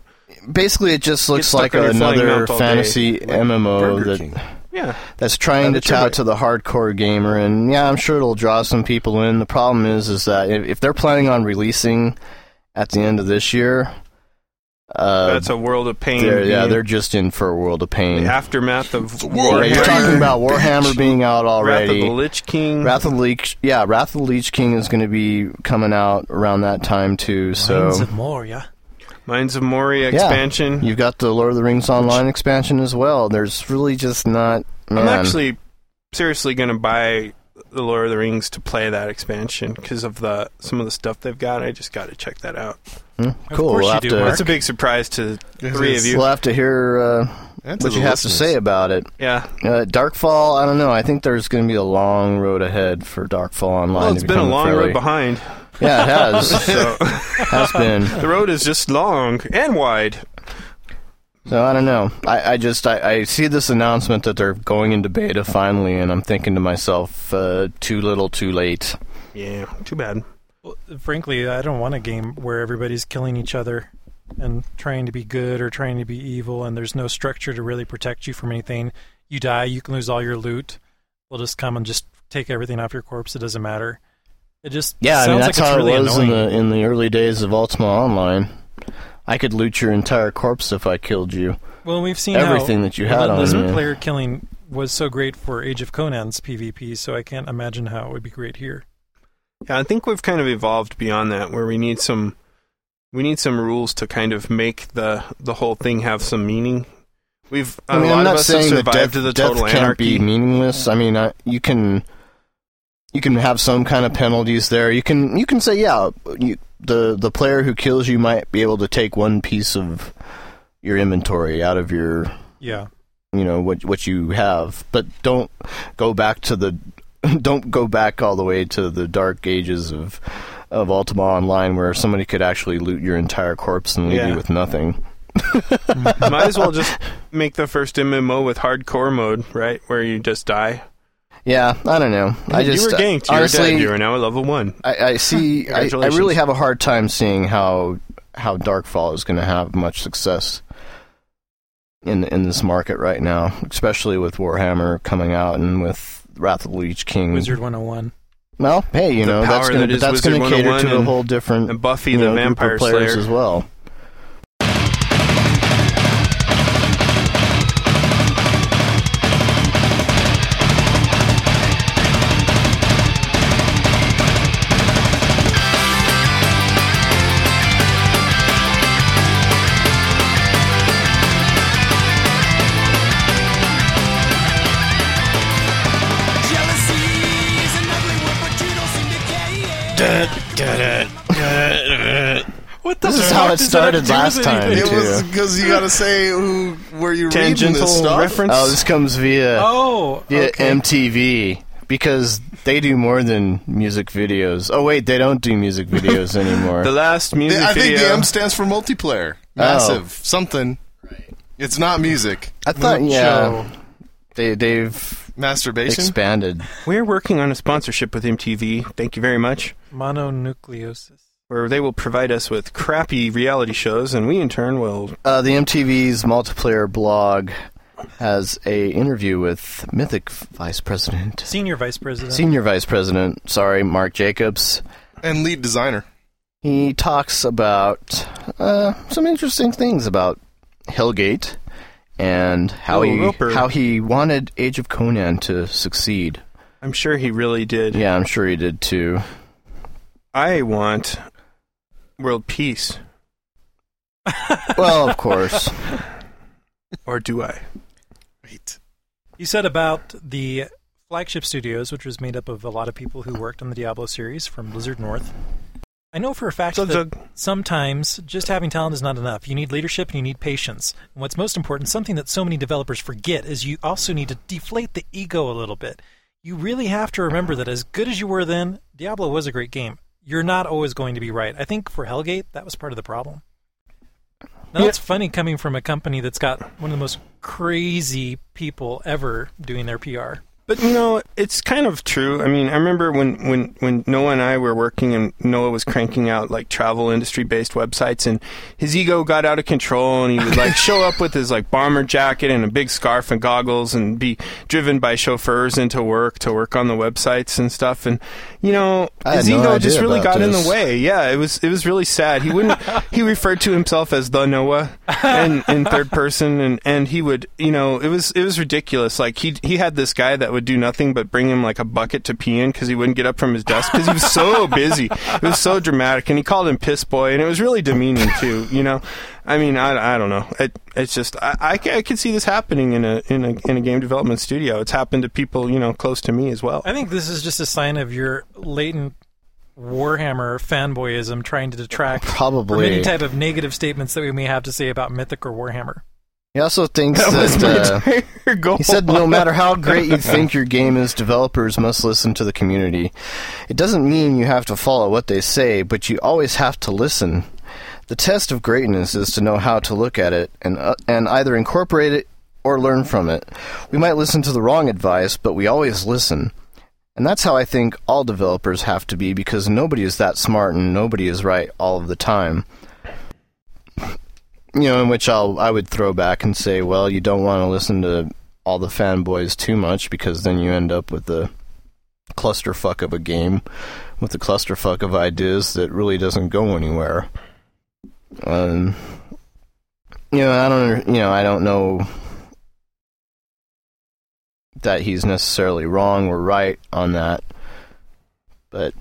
Speaker 2: basically it just looks
Speaker 3: stuck
Speaker 2: like
Speaker 3: on your flying
Speaker 2: another
Speaker 3: mount all day.
Speaker 2: fantasy MMO
Speaker 4: Burger
Speaker 2: that,
Speaker 4: King.
Speaker 3: yeah
Speaker 2: that's trying to
Speaker 3: That's your
Speaker 2: tout
Speaker 3: right.
Speaker 2: to the hardcore gamer and yeah I'm sure it'll draw some people in the problem is is that if, if they're planning on releasing at the end of this year uh,
Speaker 3: that's a world of pain
Speaker 2: they're, yeah
Speaker 3: being
Speaker 2: they're just in for a world of pain
Speaker 3: the aftermath of
Speaker 2: yeah, you're
Speaker 3: Warhammer,
Speaker 2: talking about Warhammer being out
Speaker 3: Wrath of the
Speaker 2: already
Speaker 3: Lich King
Speaker 2: Wrath of the Leech yeah Wrath of the Leech King is going to be coming out around that time too so
Speaker 1: Mines of Moria.
Speaker 3: Mines of Moria
Speaker 2: Yeah.
Speaker 3: expansion
Speaker 2: You've got the Lord of the Rings online expansion as well. There's really just not. Man.
Speaker 3: I'm actually seriously gonna buy the Lord of the Rings to play that expansion because of the some of the stuff they've got I just got to check that out
Speaker 2: Hmm, cool.
Speaker 1: course
Speaker 2: We'll
Speaker 1: you
Speaker 2: have
Speaker 1: do,
Speaker 2: to.
Speaker 1: Mark.
Speaker 3: that's a big surprise to
Speaker 4: It
Speaker 3: three
Speaker 4: is.
Speaker 3: of you
Speaker 2: We'll have to hear uh,
Speaker 4: And to
Speaker 2: what
Speaker 4: the
Speaker 2: you have to
Speaker 4: listeners.
Speaker 2: say about it.
Speaker 3: yeah
Speaker 2: Uh, Darkfall. I don't know. I think there's going to be a long road ahead for Darkfall Online.
Speaker 3: well
Speaker 2: to
Speaker 3: it's been a
Speaker 2: become
Speaker 3: long
Speaker 2: fairly-
Speaker 3: road behind
Speaker 2: Yeah, it has.
Speaker 3: so
Speaker 2: has been.
Speaker 3: the road is just long and wide
Speaker 2: So I don't know. I, I just I, I see this announcement that they're going into beta finally, and I'm thinking to myself, uh, too little, too late.
Speaker 3: Yeah, too bad.
Speaker 1: Well, frankly, I don't want a game where everybody's killing each other and trying to be good or trying to be evil, and there's no structure to really protect you from anything. You die, you can lose all your loot. They'll just come and just take everything off your corpse. It doesn't matter. It just
Speaker 2: Yeah, I
Speaker 1: sounds
Speaker 2: mean that's
Speaker 1: like it's
Speaker 2: how
Speaker 1: really
Speaker 2: it was
Speaker 1: annoying.
Speaker 2: in the in the early days of Ultima Online. I could loot your entire corpse if I killed you.
Speaker 1: Well, we've seen
Speaker 2: Everything
Speaker 1: how
Speaker 2: that you had on
Speaker 1: relentless
Speaker 2: you.
Speaker 1: player killing was so great for Age of Conan's PvP, so I can't imagine how it would be great here.
Speaker 3: Yeah, I think we've kind of evolved beyond that, where we need some we need some rules to kind of make the the whole thing have some meaning. We've a
Speaker 2: I mean,
Speaker 3: lot
Speaker 2: I'm
Speaker 3: of
Speaker 2: not
Speaker 3: us have
Speaker 2: saying that
Speaker 3: survived
Speaker 2: death,
Speaker 3: to the
Speaker 2: death
Speaker 3: total
Speaker 2: can't
Speaker 3: anarchy.
Speaker 2: be meaningless. I mean, I, you can you can have some kind of penalties there. You can you can say, yeah, you, the the player who kills you might be able to take one piece of your inventory out of your
Speaker 1: Yeah.
Speaker 2: you know what what you have, but don't go back to the don't go back all the way to the dark ages of of Ultima Online where somebody could actually loot your entire corpse and leave
Speaker 3: Yeah.
Speaker 2: you with nothing.
Speaker 3: Might as well just make the first MMO with hardcore mode, right? Where you just die.
Speaker 2: Yeah, I don't know. I just uh,
Speaker 3: you were ganked. You're
Speaker 2: honestly
Speaker 3: dead. You're now at level one.
Speaker 2: I, I see. I, I
Speaker 3: Congratulations.
Speaker 2: really have a hard time seeing how how Darkfall is going to have much success in in this market right now, especially with Warhammer coming out and with Wrath of the Leech King.
Speaker 1: Wizard 101.
Speaker 2: Well, hey, you
Speaker 3: The
Speaker 2: know that's
Speaker 3: power
Speaker 2: going
Speaker 3: that
Speaker 2: to
Speaker 3: is
Speaker 2: that's
Speaker 3: Wizard
Speaker 2: going to cater
Speaker 3: 101
Speaker 2: to a
Speaker 3: and-
Speaker 2: whole different
Speaker 3: And Buffy
Speaker 2: you
Speaker 3: the
Speaker 2: know, group of
Speaker 3: Vampire
Speaker 2: players
Speaker 3: Slayer.
Speaker 2: as well.
Speaker 4: What
Speaker 2: This is how it started last time
Speaker 4: It was
Speaker 2: too.
Speaker 4: because you gotta say who were you reading this
Speaker 3: Tangential
Speaker 4: stuff.
Speaker 3: reference.
Speaker 2: Oh, this comes via
Speaker 1: Oh,
Speaker 2: via
Speaker 1: okay.
Speaker 2: MTV because they do more than music videos. Oh wait, they don't do music videos anymore.
Speaker 3: the last music
Speaker 4: I think
Speaker 3: video.
Speaker 4: the M stands for multiplayer.
Speaker 2: Oh.
Speaker 4: Massive something. It's not music.
Speaker 2: I thought, yeah, they they've
Speaker 4: Masturbation.
Speaker 2: expanded.
Speaker 3: We're working on a sponsorship with MTV. Thank you very much.
Speaker 1: Mononucleosis.
Speaker 3: Where they will provide us with crappy reality shows, and we in turn will.
Speaker 2: Uh, the MTV's multiplayer blog has a interview with Mythic Vice President,
Speaker 1: Senior Vice President.
Speaker 2: Senior Vice President, sorry, Mark Jacobs.
Speaker 4: and lead designer.
Speaker 2: He talks about uh, some interesting things about Hellgate and how
Speaker 3: Oh,
Speaker 2: he
Speaker 3: Roper.
Speaker 2: how he wanted Age of Conan to succeed.
Speaker 3: I'm sure he really did.
Speaker 2: Yeah, I'm sure he did too.
Speaker 3: I want world peace,
Speaker 2: Well, of course.
Speaker 3: or do I?
Speaker 1: You said about the flagship studios, which was made up of a lot of people who worked on the Diablo series from Blizzard North. I know for a fact
Speaker 3: Zug,
Speaker 1: that
Speaker 3: zug.
Speaker 1: sometimes just having talent is not enough. You need leadership and you need patience. And what's most important, something that so many developers forget, is you also need to deflate the ego a little bit. You really have to remember that as good as you were then, Diablo was a great game. You're not always going to be right. I think for Hellgate, that was part of the problem. Now, it's funny coming from a company that's got one of the most crazy people ever doing their PR.
Speaker 3: But you know, it's kind of true. I mean, I remember when when when Noah and I were working, and Noah was cranking out like travel industry based websites, and his ego got out of control, and he would like show up with his like bomber jacket and a big scarf and goggles, and be driven by chauffeurs into work to work on the websites and stuff, and you know,
Speaker 2: I had
Speaker 3: his
Speaker 2: no
Speaker 3: ego
Speaker 2: idea
Speaker 3: just really
Speaker 2: about
Speaker 3: got in
Speaker 2: this.
Speaker 3: the way. Yeah, it was it was really sad. He wouldn't. he referred to himself as the Noah in, in third person, and, and he would you know it was it was ridiculous. Like he he had this guy that would do nothing but bring him like a bucket to pee in because he wouldn't get up from his desk because he was so busy. It was so dramatic, and he called him piss boy, and it was really demeaning too. You know, I mean I, I don't know. It, it's just I, I ca- I could see this happening in a in a in a game development studio. It's happened to people you know close to me as well.
Speaker 1: I think this is just a sign of your latent Warhammer fanboyism trying to detract from
Speaker 2: Probably.
Speaker 1: any type of negative statements that we may have to say about Mythic or Warhammer.
Speaker 2: He also thinks
Speaker 3: That was
Speaker 2: that.
Speaker 3: my
Speaker 2: uh,
Speaker 3: entire goal.
Speaker 2: He said, no matter how great you think your game is, developers must listen to the community. It doesn't mean you have to follow what they say, but you always have to listen. The test of greatness is to know how to look at it and, uh, and either incorporate it or learn from it. We might listen to the wrong advice, but we always listen. And that's how I think all developers have to be because nobody is that smart and nobody is right all of the time you know, in which I'll I would throw back and say, well, you don't want to listen to all the fanboys too much because then you end up with a clusterfuck of a game with a clusterfuck of ideas that really doesn't go anywhere. Um, you know, I don't, you know, I don't know that he's necessarily wrong or right on that, but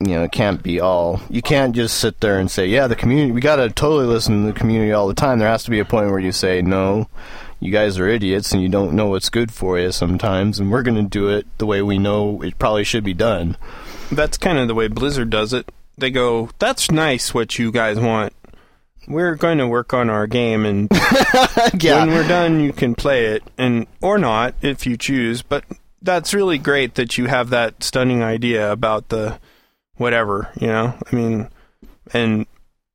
Speaker 2: you know, it can't be all. You can't just sit there and say, "Yeah, the community. We got to totally listen to the community all the time." There has to be a point where you say, "No, you guys are idiots, and you don't know what's good for you sometimes, and we're going to do it the way we know it probably should be done."
Speaker 3: That's kind of the way Blizzard does it. They go, "That's nice what you guys want. We're going to work on our game, and
Speaker 2: yeah,
Speaker 3: when we're done, you can play it, and or not if you choose. But that's really great that you have that stunning idea about the whatever. You know, I mean, and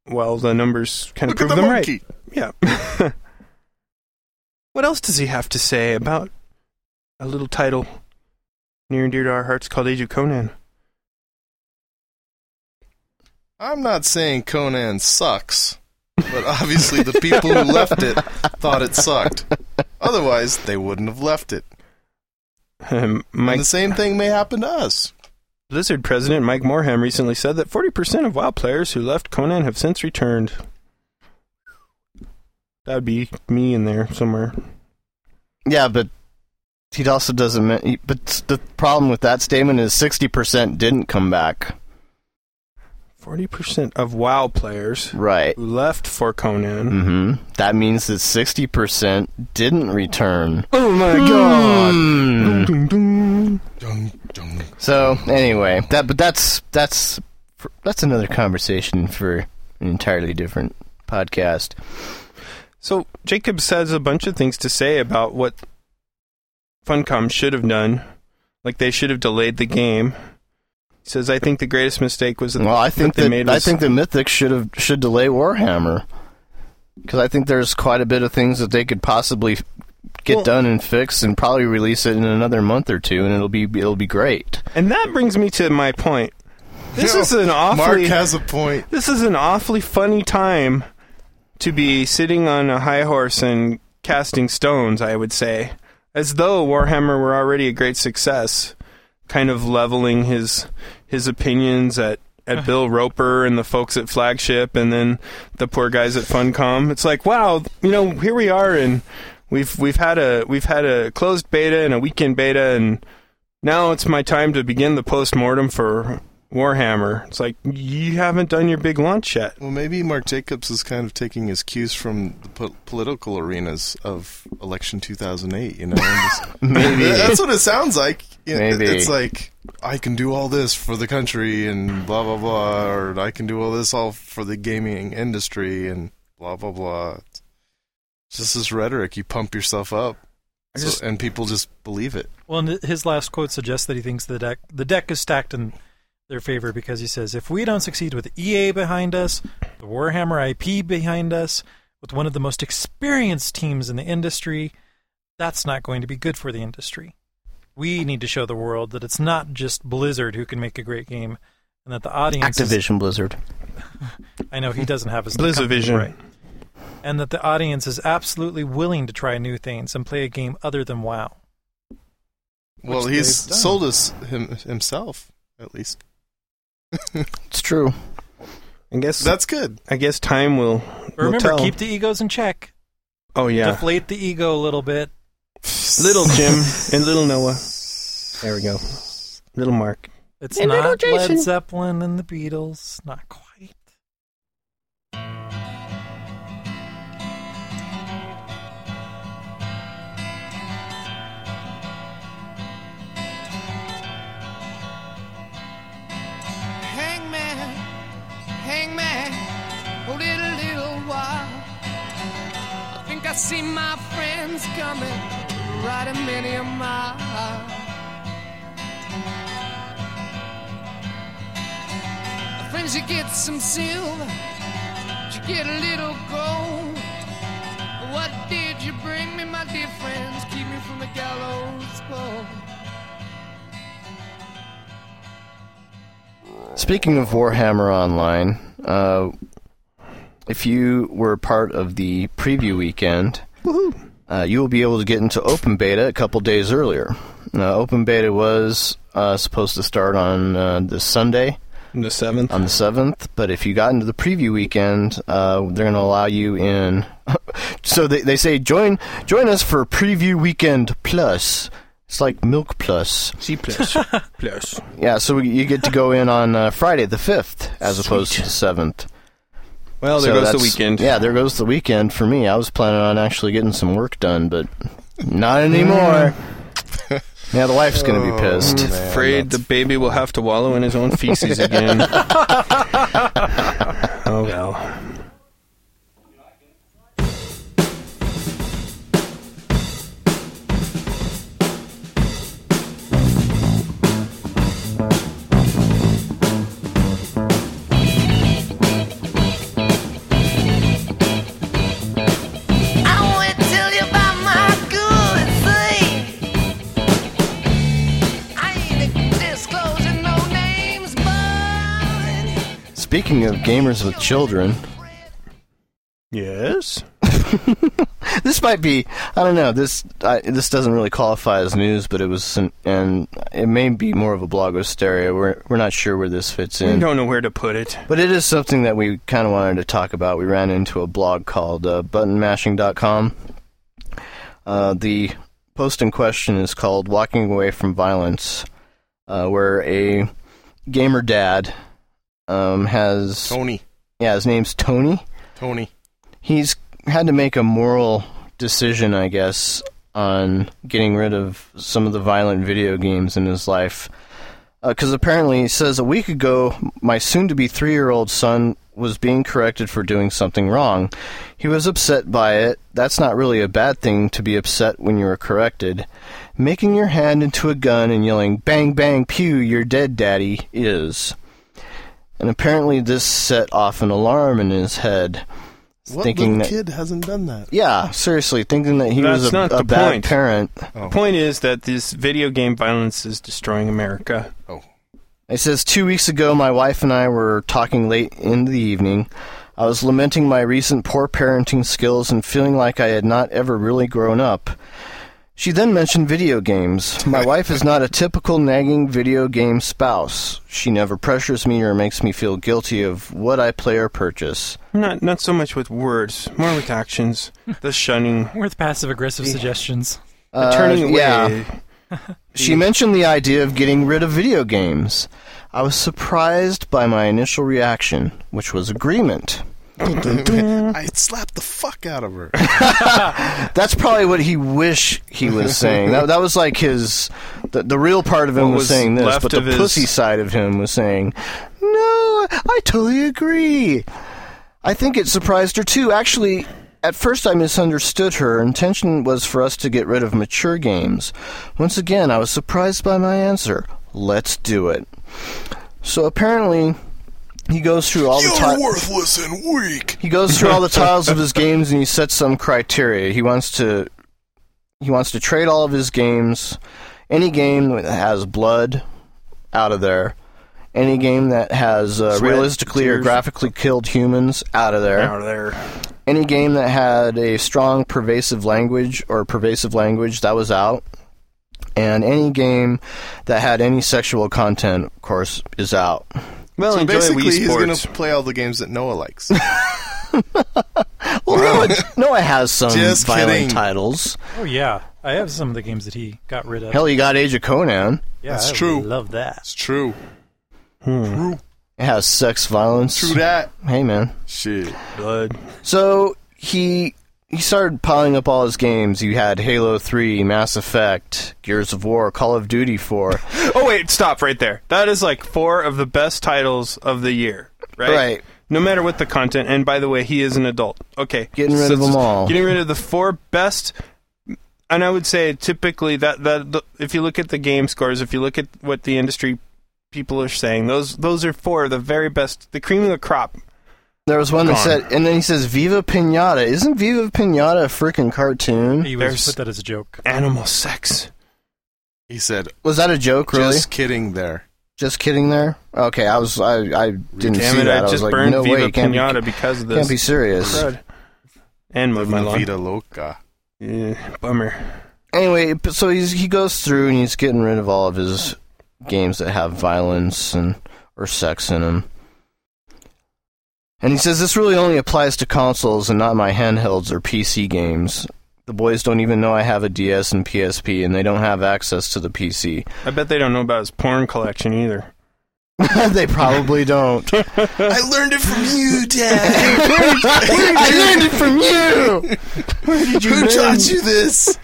Speaker 3: well, the numbers kind of
Speaker 4: Look at
Speaker 3: prove
Speaker 4: the
Speaker 3: them
Speaker 4: monkey.
Speaker 3: right. Yeah. what else does he have to say about a little title near and dear to our hearts called Age of Conan?
Speaker 4: I'm not saying Conan sucks, but obviously the people who left it thought it sucked. Otherwise, they wouldn't have left it.
Speaker 3: Um, Mike
Speaker 4: And the same thing may happen to us.
Speaker 3: Blizzard president Mike Morham recently said that 40% of WoW players who left Conan have since returned. That would be me in there somewhere.
Speaker 2: yeah, but he also doesn't. men- he- But the problem with that statement is sixty percent didn't come back.
Speaker 3: 40% of WoW players
Speaker 2: Right.
Speaker 3: who left for Conan.
Speaker 2: hmm That means that sixty percent didn't return.
Speaker 3: Oh my
Speaker 2: Hmm.
Speaker 3: Dun, dun.
Speaker 4: Dung, dung.
Speaker 2: So anyway, that but that's that's that's another conversation for an entirely different podcast.
Speaker 3: So Jacobs has a bunch of things to say about what Funcom should have done. Like they should have delayed the game. He says, I think the greatest mistake was that
Speaker 2: Well, I think
Speaker 3: that they
Speaker 2: that,
Speaker 3: made
Speaker 2: I
Speaker 3: was-
Speaker 2: think the Mythic should have should delay Warhammer because I think there's quite a bit of things that they could possibly get
Speaker 3: Well-
Speaker 2: done and fix, and probably release it in another month or two, and it'll be it'll be great.
Speaker 3: And that brings me to my point. This
Speaker 4: Yo,
Speaker 3: is an
Speaker 4: Mark
Speaker 3: awfully
Speaker 4: has a point.
Speaker 3: this is an awfully funny time to be sitting on a high horse and casting stones, I would say. As though Warhammer were already a great success, kind of leveling his his opinions at
Speaker 4: Uh-huh.
Speaker 3: at Bill Roper and the folks at Flagship and then the poor guys at Funcom. It's like, wow, you know, here we are and we've we've had a we've had a closed beta and a weekend beta and now it's my time to begin the post mortem for Warhammer. It's like you haven't done your big launch yet.
Speaker 4: Well, maybe Mark Jacobs is kind of taking his cues from the po- political arenas of election 2008. You know, and just-
Speaker 2: Maybe
Speaker 4: that's what it sounds like. You know,
Speaker 2: Maybe.
Speaker 4: it's like I can do all this for the country and blah blah blah, or I can do all this all for the gaming industry and blah blah blah. It's just this rhetoric. You pump yourself up,
Speaker 1: I
Speaker 4: so-
Speaker 1: just-
Speaker 4: and people just believe it.
Speaker 1: Well, and his last quote suggests that he thinks the deck the deck is stacked in their favor because he says, "If we don't succeed with EA behind us, the Warhammer IP behind us, with one of the most experienced teams in the industry, that's not going to be good for the industry. We need to show the world that it's not just Blizzard who can make a great game, and that the audience is-
Speaker 2: Activision Blizzard.
Speaker 1: I know he doesn't have his
Speaker 3: Blizzavision.
Speaker 1: right? And that the audience is absolutely willing to try new things and play a game other than WoW.
Speaker 4: Well,
Speaker 1: Which
Speaker 4: he's
Speaker 1: they've done.
Speaker 4: sold us him, himself at least.
Speaker 2: It's true.
Speaker 3: I guess
Speaker 4: That's good.
Speaker 3: I guess time will. will
Speaker 1: Remember,
Speaker 3: tell.
Speaker 1: keep the egos in check.
Speaker 3: Oh yeah,
Speaker 1: deflate the ego a little bit.
Speaker 3: little Jim and little Noah. There we go. Little Mark.
Speaker 1: It's not Led Zeppelin and the Beatles. Not quite.
Speaker 9: Hangman, hangman, hold it a little while. I think I see my friends coming, riding many a mile. Friends, you get some silver, but you get a little gold. What did you bring me, my dear friends? Keep me from the gallows pole.
Speaker 2: Speaking of Warhammer Online, uh, if you were part of the preview weekend, uh, you will be able to get into open beta a couple days earlier. Now, open beta was uh, supposed to start on uh, this Sunday
Speaker 3: the seventh.
Speaker 1: Oh,
Speaker 2: on the 7th. But if you got into the preview weekend, uh, they're going to allow you in. so they, they say, join join us for preview weekend plus. It's like milk plus.
Speaker 3: C plus plus.
Speaker 2: Yeah, so you get to go in on uh, Friday the 5th as opposed to the 7th.
Speaker 3: Well,
Speaker 2: So
Speaker 3: Oh, there goes the
Speaker 2: that's-
Speaker 3: weekend.
Speaker 2: Yeah, there goes the weekend for me. I was planning on actually getting some work done, but not anymore. yeah, the wife's going to be
Speaker 4: Oh,
Speaker 2: pissed.
Speaker 4: man,
Speaker 3: Afraid the
Speaker 4: that's-
Speaker 3: baby will have to wallow in his own feces again. oh well.
Speaker 9: I don't want to tell you about my good thing. I ain't disclosing no names, but
Speaker 2: Speaking of gamers with children,
Speaker 3: Yes.
Speaker 2: this might be I don't know this I, this doesn't really qualify as news, but it was an, and it may be more of a blogosteria. We're we're not sure where this fits
Speaker 3: We
Speaker 2: in,
Speaker 3: don't know where to put it.
Speaker 2: but it is something that we kind of wanted to talk about. We ran into a blog called uh, buttonmashing.com. Uh, the post in question is called "Walking Away from Violence," uh, where a gamer dad um, has
Speaker 4: Tony.
Speaker 2: yeah his name's Tony
Speaker 4: Tony.
Speaker 2: he's had to make a moral decision, I guess, on getting rid of some of the violent video games in his life. Because apparently, he says a week ago, my soon to be three year old son was being corrected for doing something wrong. He was upset by it. That's not really a bad thing to be upset when you are corrected. Making your hand into a gun and yelling, bang, bang, pew, you're dead, daddy, is. And apparently, this set off an alarm in his head.
Speaker 4: What
Speaker 2: Thinking
Speaker 4: little
Speaker 2: that-
Speaker 4: kid hasn't done that?
Speaker 2: Yeah, seriously, thinking that he
Speaker 3: That's
Speaker 2: was a,
Speaker 3: not
Speaker 2: a
Speaker 3: the
Speaker 2: bad
Speaker 3: point.
Speaker 2: parent.
Speaker 3: The point is that this video game violence is destroying America.
Speaker 4: Oh.
Speaker 2: It says two weeks ago, my wife and I were talking late in the evening. I was lamenting my recent poor parenting skills and feeling like I had not ever really grown up. She then mentioned video games. My wife is not a typical nagging video game spouse. She never pressures me or makes me feel guilty of what I play or purchase.
Speaker 3: Not not so much with words, more with actions. The shunning,
Speaker 1: Worth passive aggressive suggestions.
Speaker 3: the turning
Speaker 2: Uh,
Speaker 3: away.
Speaker 2: yeah. She mentioned the idea of getting rid of video games. I was surprised by my initial reaction, which was agreement.
Speaker 4: I slapped the fuck out of her.
Speaker 2: That's probably what he wish he was saying. That, that was like his. The, the real part of him
Speaker 3: What
Speaker 2: was,
Speaker 3: was
Speaker 2: saying this,
Speaker 3: left
Speaker 2: but the
Speaker 3: of his-
Speaker 2: pussy side of him was saying, "No, I totally agree." I think it surprised her too. Actually, at first I misunderstood her. Her Intention was for us to get rid of mature games. Once again, I was surprised by my answer. Let's do it. So apparently, he goes through all the time.
Speaker 4: worthless and weak.
Speaker 2: He goes through all the tiles of his games and he sets some criteria. He wants to he wants to trade all of his games, any game that has blood out of there, any game that has uh,
Speaker 3: Sweat,
Speaker 2: realistically or
Speaker 3: tears.
Speaker 2: graphically killed humans out of there,
Speaker 3: Out of there.
Speaker 2: any game that had a strong pervasive language or pervasive language that was out, and any game that had any sexual content, of course, is out.
Speaker 3: Well,
Speaker 4: So
Speaker 3: enjoy
Speaker 4: basically,
Speaker 3: Wii
Speaker 4: he's gonna
Speaker 3: Sports.
Speaker 4: play all the games that Noah likes.
Speaker 2: Well, Noah, Noah has some
Speaker 4: Just
Speaker 2: violent
Speaker 4: kidding.
Speaker 2: titles.
Speaker 1: Oh yeah, I have some of the games that he got rid of.
Speaker 2: Hell, you got Age of Conan.
Speaker 1: yeah,
Speaker 4: that's
Speaker 1: I
Speaker 4: true.
Speaker 1: Love that.
Speaker 4: it's true. True.
Speaker 2: It has sex, violence.
Speaker 4: True that.
Speaker 2: Hey, man.
Speaker 4: Shit.
Speaker 3: Blood.
Speaker 2: So he he started piling up all his games. You had Halo Three, Mass Effect, Gears of War, Call of Duty Four.
Speaker 3: Oh wait, stop right there. That is like four of the best titles of the year, right?
Speaker 2: Right.
Speaker 3: No matter what the content, and by the way, he is an adult. Okay,
Speaker 2: Getting rid of them all.
Speaker 3: Getting rid of the four best, and I would say typically that that the, if you look at the game scores, if you look at what the industry people are saying, those those are four of the very best, the cream of the crop.
Speaker 2: There was one that
Speaker 3: Gone.
Speaker 2: said, and then he says, "Viva Pinata." Isn't Viva Pinata a freaking cartoon?
Speaker 1: He was
Speaker 3: There's-
Speaker 1: put that as a joke.
Speaker 3: Animal sex.
Speaker 4: He said,
Speaker 2: Was that a joke? Really?
Speaker 4: "Just kidding." There.
Speaker 2: Just kidding. There. Okay, I was I, I didn't
Speaker 3: Damn
Speaker 2: see
Speaker 3: it!
Speaker 2: that.
Speaker 3: I
Speaker 2: was
Speaker 3: just
Speaker 2: like,
Speaker 3: burned
Speaker 2: no
Speaker 3: Viva
Speaker 2: way, you can't
Speaker 3: Pinata
Speaker 2: Be,
Speaker 3: because of
Speaker 2: can't be
Speaker 3: this.
Speaker 2: serious.
Speaker 3: Crud. And mowed my
Speaker 4: La
Speaker 3: lawn.
Speaker 4: Vida Loca.
Speaker 3: Yeah, bummer.
Speaker 2: Anyway, but- so he's he goes through and he's getting rid of all of his games that have violence and or sex in them. And he says this really only applies to consoles and not my handhelds or PC games. The boys don't even know I have a DS and PSP, and they don't have access to the PC.
Speaker 3: I bet they don't know about his porn collection either.
Speaker 2: they probably don't.
Speaker 4: I learned it from you, Dad.
Speaker 2: I learned it from you.
Speaker 4: Who taught you this?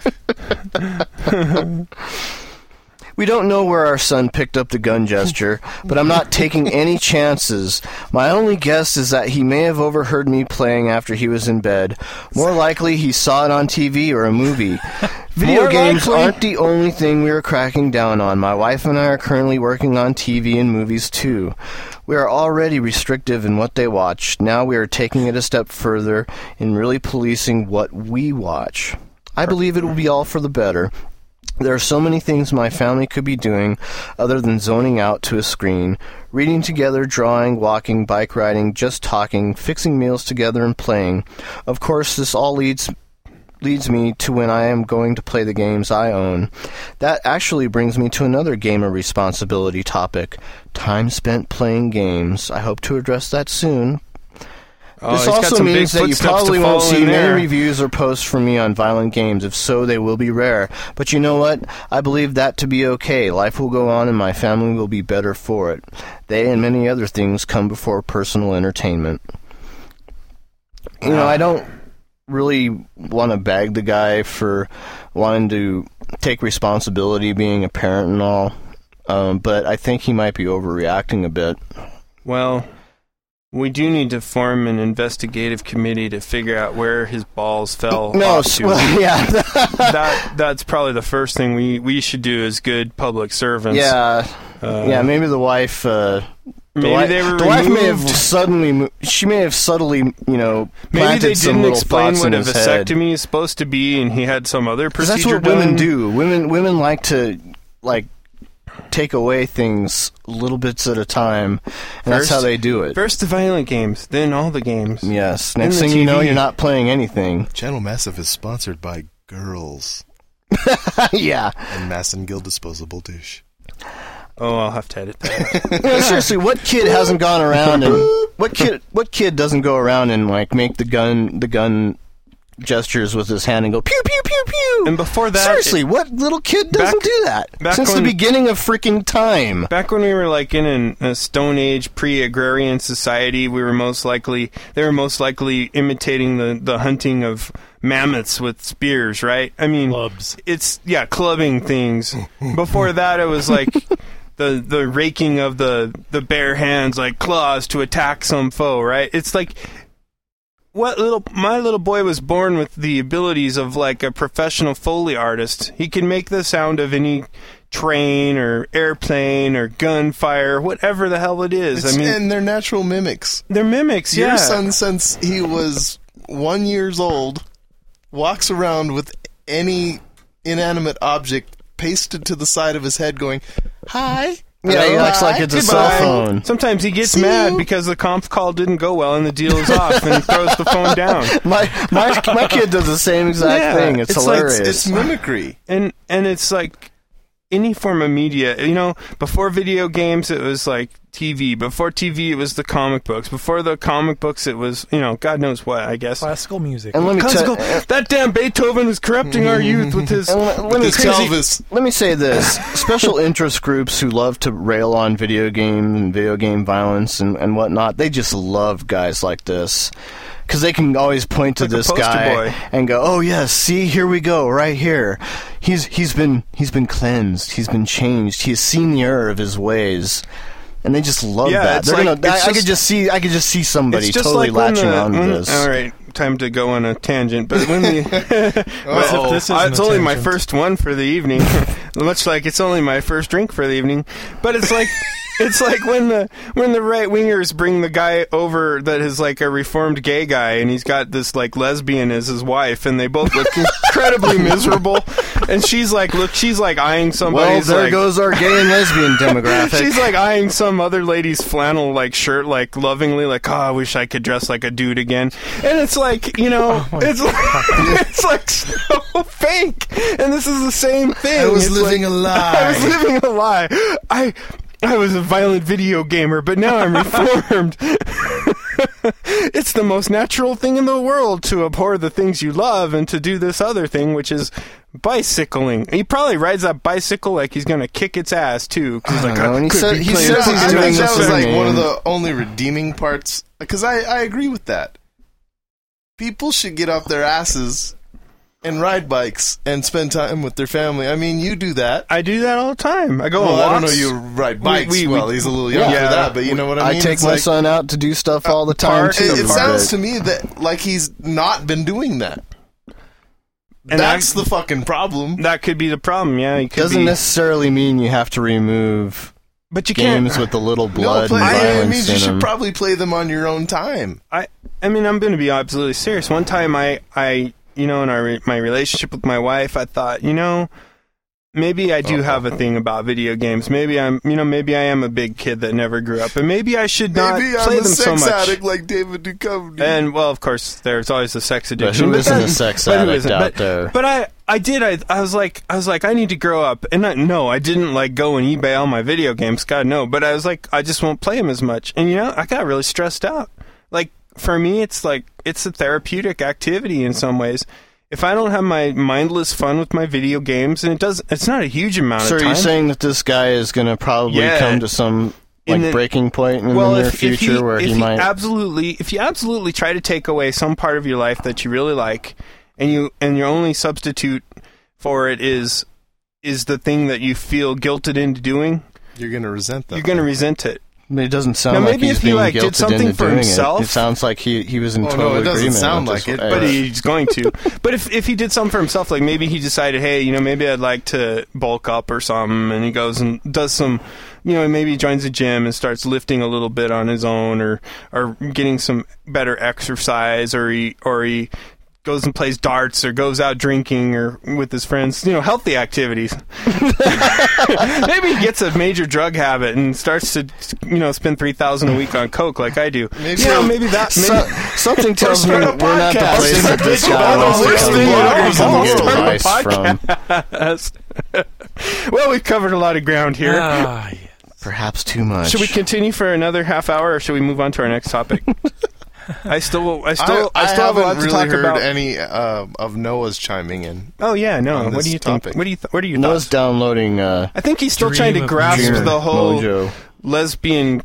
Speaker 2: We don't know where our son picked up the gun gesture, but I'm not taking any chances. My only guess is that he may have overheard me playing after he was in bed. More likely, he saw it on TV or a movie. Video
Speaker 1: More
Speaker 2: games
Speaker 1: likely.
Speaker 2: aren't the only thing we are cracking down on. My wife and I are currently working on TV and movies too. We are already restrictive in what they watch. Now we are taking it a step further in really policing what we watch. I believe it will be all for the better. There are so many things my family could be doing other than zoning out to a screen. Reading together, drawing, walking, bike riding, just talking, fixing meals together, and playing. Of course, this all leads leads me to when I am going to play the games I own. That actually brings me to another gamer responsibility topic: time spent playing games. I hope to address that soon,
Speaker 3: Oh,
Speaker 2: this
Speaker 3: he's got
Speaker 2: also
Speaker 3: some big
Speaker 2: means that you
Speaker 3: footsteps to
Speaker 2: probably won't
Speaker 3: follow
Speaker 2: see
Speaker 3: in there.
Speaker 2: many reviews or posts from me on violent games. If so, they will be rare. But you know what? I believe that to be okay. Life will go on and my family will be better for it. They and many other things come before personal entertainment. You know, I don't really want to bag the guy for wanting to take responsibility being a parent and all. Um, but I think he might be overreacting a bit.
Speaker 3: Well, we do need to form an investigative committee to figure out where his balls fell.
Speaker 2: No,
Speaker 3: off
Speaker 2: s-
Speaker 3: to.
Speaker 2: well, yeah.
Speaker 3: Oh, that that's probably the first thing we, we should do as good public servants.
Speaker 2: Yeah,
Speaker 3: Uh,
Speaker 2: yeah. Maybe the wife. Uh, the
Speaker 3: Maybe
Speaker 2: wi-
Speaker 3: they were
Speaker 2: the wife may have
Speaker 3: removed.
Speaker 2: suddenly. mo- She may have subtly, you know, planted
Speaker 3: Maybe they
Speaker 2: some
Speaker 3: didn't
Speaker 2: little
Speaker 3: explain
Speaker 2: thoughts
Speaker 3: what
Speaker 2: in
Speaker 3: a
Speaker 2: his head.
Speaker 3: vasectomy is supposed to be, and he had some other
Speaker 2: 'Cause
Speaker 3: procedure.
Speaker 2: that's what women
Speaker 3: done.
Speaker 2: do. Women, women like to like take away things little bits at a time, and that's
Speaker 3: First-
Speaker 2: how they do it.
Speaker 3: First the violent games, then all the games.
Speaker 2: yes.
Speaker 3: then
Speaker 2: Next
Speaker 3: the
Speaker 2: thing you know,
Speaker 3: TV.
Speaker 2: you're not playing anything.
Speaker 4: Channel Massive is sponsored by Girls
Speaker 2: yeah.
Speaker 4: and Massengale Disposable Dish.
Speaker 3: Oh, I'll have to edit that.
Speaker 2: No, seriously, what kid hasn't gone around and what kid what kid doesn't go around and like make the gun the gun gestures with his hand and go pew pew pew pew?
Speaker 3: And before that-
Speaker 2: seriously, what little kid doesn't
Speaker 3: Back-
Speaker 2: do that
Speaker 3: back
Speaker 2: since the
Speaker 3: when-
Speaker 2: beginning of freaking time?
Speaker 3: Back when we were like in an, a Stone Age pre-agrarian society, we were most likely they were most likely imitating the the hunting of mammoths with spears, right? I mean,
Speaker 1: Clubs.
Speaker 3: it's yeah, clubbing things. Before that, it was like the the raking of the the bare hands like claws to attack some foe, right? It's like what little my little boy was born with the abilities of like a professional foley artist. He can make the sound of any train or airplane or gunfire, whatever the hell it is. I mean,
Speaker 4: and they're natural mimics.
Speaker 3: they're mimics.
Speaker 4: Your
Speaker 3: yeah,
Speaker 4: son, since he was one years old, walks around with any inanimate object pasted to the side of his head, going, "Hi."
Speaker 2: Yeah, he
Speaker 4: hello,
Speaker 2: acts like
Speaker 4: hi,
Speaker 2: it's a
Speaker 4: goodbye."
Speaker 2: cell phone.
Speaker 3: Sometimes he gets
Speaker 4: See
Speaker 3: mad
Speaker 4: you.
Speaker 3: because the conf call didn't go well and the deal is off and he throws the phone down.
Speaker 2: My my my kid does the same exact
Speaker 3: Yeah,
Speaker 2: thing. It's,
Speaker 3: it's like-
Speaker 2: hilarious.
Speaker 4: It's mimicry.
Speaker 3: and and it's like any form of media you know before video games it was like tv before tv it was the comic books before the comic books it was you know god knows what i guess
Speaker 1: Classical music.
Speaker 2: and let me
Speaker 3: Classical-
Speaker 2: tell
Speaker 3: that damn beethoven was corrupting our youth with his
Speaker 2: And let, let me
Speaker 4: This Elvis.
Speaker 2: let me say this: special interest groups who love to rail on video games and video game violence and, and whatnot, they just love guys like this because they can always point to
Speaker 3: Like a
Speaker 2: this
Speaker 3: poster
Speaker 2: guy
Speaker 3: boy.
Speaker 2: and go, "Oh yes, see, here we go, right here. He's he's been he's been cleansed, he's been changed, he's seen the error of his ways." And they just love
Speaker 3: Yeah,
Speaker 2: that.
Speaker 3: it's
Speaker 2: They're
Speaker 3: like-
Speaker 2: gonna, I,
Speaker 3: it's
Speaker 2: I could
Speaker 3: just-
Speaker 2: just see, I could just see somebody
Speaker 3: it's just
Speaker 2: totally
Speaker 3: like when
Speaker 2: latching
Speaker 3: the,
Speaker 2: on to
Speaker 3: when-
Speaker 2: this.
Speaker 3: all right time to go on a tangent but when the
Speaker 1: Uh-oh.
Speaker 3: Well,
Speaker 1: This isn't
Speaker 3: uh,
Speaker 1: a
Speaker 3: it's only my
Speaker 1: tangent.
Speaker 3: first one for the evening much like it's only my first drink for the evening but it's like it's like when the when the right wingers bring the guy over that is like a reformed gay guy and he's got this like lesbian as his wife and they both look incredibly miserable and she's like, look, she's like eyeing
Speaker 2: Well,
Speaker 3: somebody's.
Speaker 2: there
Speaker 3: like-
Speaker 2: goes our gay and lesbian demographic.
Speaker 3: She's like eyeing some other lady's flannel like shirt, like lovingly, like, oh, I wish I could dress like a dude again. And it's like, you
Speaker 4: Oh
Speaker 3: know, it's like, it's like so fake. And this is the same thing.
Speaker 4: I was
Speaker 3: It's
Speaker 4: living
Speaker 3: like-
Speaker 4: a
Speaker 3: I was
Speaker 4: lie.
Speaker 3: living a lie. I I was a violent video gamer, but now I'm reformed. it's the most natural thing in the world to abhor the things you love and to do this other thing, which is bicycling. He probably rides that bicycle like he's gonna kick its ass too. 'cause he's like,
Speaker 2: I don't know, and he
Speaker 3: could
Speaker 2: said-
Speaker 3: be
Speaker 2: he
Speaker 3: playing
Speaker 2: says
Speaker 3: video
Speaker 2: he's
Speaker 4: I
Speaker 2: doing
Speaker 4: think
Speaker 3: games.
Speaker 4: that
Speaker 2: this
Speaker 4: was
Speaker 2: for
Speaker 4: like
Speaker 2: me.
Speaker 4: one of the only redeeming parts because I, I agree with that. People should get off their asses and ride bikes and spend time with their family. I mean, you do that.
Speaker 3: I do that all the time. I go.
Speaker 4: Well,
Speaker 3: on
Speaker 4: I don't know
Speaker 3: walks.
Speaker 4: you ride bikes.
Speaker 3: we- we-
Speaker 4: well, he's a little young
Speaker 3: Yeah.
Speaker 4: for that, but you know what I
Speaker 2: I
Speaker 4: mean.
Speaker 2: take
Speaker 4: It's
Speaker 2: my
Speaker 4: like-
Speaker 2: son out to do stuff all the time
Speaker 3: park,
Speaker 2: too.
Speaker 4: It, it
Speaker 3: the
Speaker 4: sounds to me that like he's not been doing that.
Speaker 3: And
Speaker 4: That's
Speaker 3: that,
Speaker 4: the fucking problem.
Speaker 3: that could be the problem. Yeah, you could
Speaker 2: doesn't
Speaker 3: be-
Speaker 2: necessarily mean you have to remove
Speaker 3: But you can't.
Speaker 2: games with the little
Speaker 4: No,
Speaker 2: blood
Speaker 4: play,
Speaker 2: and
Speaker 4: I mean,
Speaker 2: violence
Speaker 4: you
Speaker 2: in
Speaker 4: should
Speaker 2: them.
Speaker 4: probably play them on your own time.
Speaker 3: I I mean I'm going to be absolutely serious. One time I I you know in our re- my relationship with my wife, I thought, you know, maybe I do have
Speaker 4: Uh-huh.
Speaker 3: a thing about video games. Maybe I'm you know maybe I am a big kid that never grew up, and maybe I should not
Speaker 4: Maybe
Speaker 3: play
Speaker 4: I'm a
Speaker 3: them so
Speaker 4: sex
Speaker 3: much.
Speaker 4: addict like David Duchovny.
Speaker 3: And well, of course, there's always the sex addiction.
Speaker 2: who isn't
Speaker 3: that-
Speaker 2: a sex
Speaker 3: but who
Speaker 2: addict
Speaker 3: isn't?
Speaker 2: out
Speaker 3: But-
Speaker 2: there?
Speaker 3: But I, I did. I, I was like, I was like, I need to grow up. And I, no, I didn't like go and eBay all my video games. God no. But I was like, I just won't play them as much. And you know, I got really stressed out. Like for me, it's like it's a therapeutic activity in some ways. If I don't have my mindless fun with my video games, and it does, it's not a huge amount
Speaker 2: So
Speaker 3: of
Speaker 2: are
Speaker 3: time.
Speaker 2: you saying that this guy is going to probably
Speaker 3: Yeah.
Speaker 2: come to some
Speaker 3: In
Speaker 2: like
Speaker 3: the-
Speaker 2: breaking point in
Speaker 3: well,
Speaker 2: the near
Speaker 3: if, if
Speaker 2: future
Speaker 3: he,
Speaker 2: where
Speaker 3: if
Speaker 2: he
Speaker 3: he,
Speaker 2: might?
Speaker 3: absolutely, if you absolutely try to take away some part of your life that you really like, and you and your only substitute for it is is the thing that you feel guilted into doing,
Speaker 4: you're gonna resent that.
Speaker 3: you're going to resent it.
Speaker 2: I mean, it doesn't sound
Speaker 3: Now,
Speaker 2: like
Speaker 3: maybe
Speaker 2: he's
Speaker 3: if he,
Speaker 2: being
Speaker 3: like, did
Speaker 2: guilted
Speaker 3: something
Speaker 2: into
Speaker 3: for
Speaker 2: doing
Speaker 3: himself.
Speaker 2: It. it sounds like he he was in
Speaker 4: Oh, no,
Speaker 2: total
Speaker 4: it doesn't
Speaker 2: agreement
Speaker 4: sound
Speaker 2: with
Speaker 4: like
Speaker 2: this-
Speaker 4: it,
Speaker 2: uh,
Speaker 3: But he's going to. But if if he did something for himself, like maybe he decided, hey, you know, maybe I'd like to bulk up or something, and he goes and does some, you know, maybe he joins a gym and starts lifting a little bit on his own, or or getting some better exercise, or he or he goes and plays darts or goes out drinking or with his friends you know healthy activities maybe he gets a major drug habit and starts to you know spend 3000 a week on coke like i do
Speaker 4: Maybe-
Speaker 3: you know, maybe that maybe,
Speaker 2: So, something tells me
Speaker 3: start a
Speaker 2: we're not the
Speaker 3: podcast.
Speaker 2: place that this guy
Speaker 4: All
Speaker 2: wants
Speaker 4: the
Speaker 2: to
Speaker 4: worst
Speaker 2: come
Speaker 4: thing
Speaker 2: and
Speaker 4: in the world.
Speaker 2: get
Speaker 4: Start a
Speaker 2: advice from.
Speaker 3: podcast. well, we've covered a lot of ground here.
Speaker 1: Ah, yeah.
Speaker 2: Perhaps too much.
Speaker 3: should we continue for another half hour, or should we move on to our next topic? I still, I still, I, still have a
Speaker 4: haven't
Speaker 3: lot to
Speaker 4: really
Speaker 3: talk
Speaker 4: heard
Speaker 3: about.
Speaker 4: any uh, of Noah's chiming in.
Speaker 3: oh yeah,
Speaker 4: on
Speaker 3: no. What
Speaker 4: this
Speaker 3: do you think?
Speaker 4: topic.
Speaker 3: What do you? Th- what do you?
Speaker 2: Noah's
Speaker 3: Thoughts?
Speaker 2: downloading uh,
Speaker 3: I think he's still
Speaker 1: Dream
Speaker 3: trying to
Speaker 1: of
Speaker 3: grasp
Speaker 1: Dream
Speaker 3: the whole
Speaker 2: Mojo.
Speaker 3: lesbian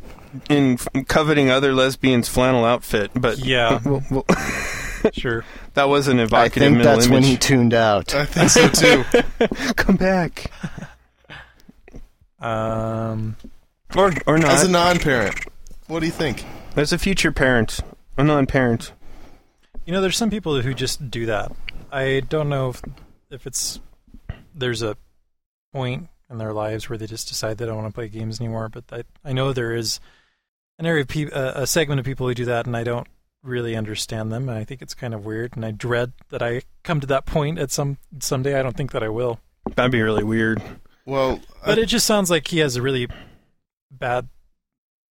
Speaker 3: in coveting other lesbians' flannel outfit, but
Speaker 1: Yeah.
Speaker 3: Well, well,
Speaker 1: sure.
Speaker 3: that was an
Speaker 2: I
Speaker 3: evocative
Speaker 2: think
Speaker 3: mental
Speaker 2: that's
Speaker 3: image.
Speaker 2: when he tuned out.
Speaker 4: I think so too.
Speaker 3: come back
Speaker 1: Um,
Speaker 3: or or not.
Speaker 4: As a non-parent, what do you think?
Speaker 3: There's a future parent, a non-parent.
Speaker 1: you know, there's some people who just do that. I don't know if if it's there's a point in their lives where they just decide they don't want to play games anymore. But I I know there is an area of peop uh, a segment of people who do that, and I don't really understand them. And I think it's kind of weird, and I dread that I come to that point at some someday. I don't think that I will.
Speaker 3: That'd be really weird.
Speaker 4: Well,
Speaker 1: But it just sounds like he has a really bad.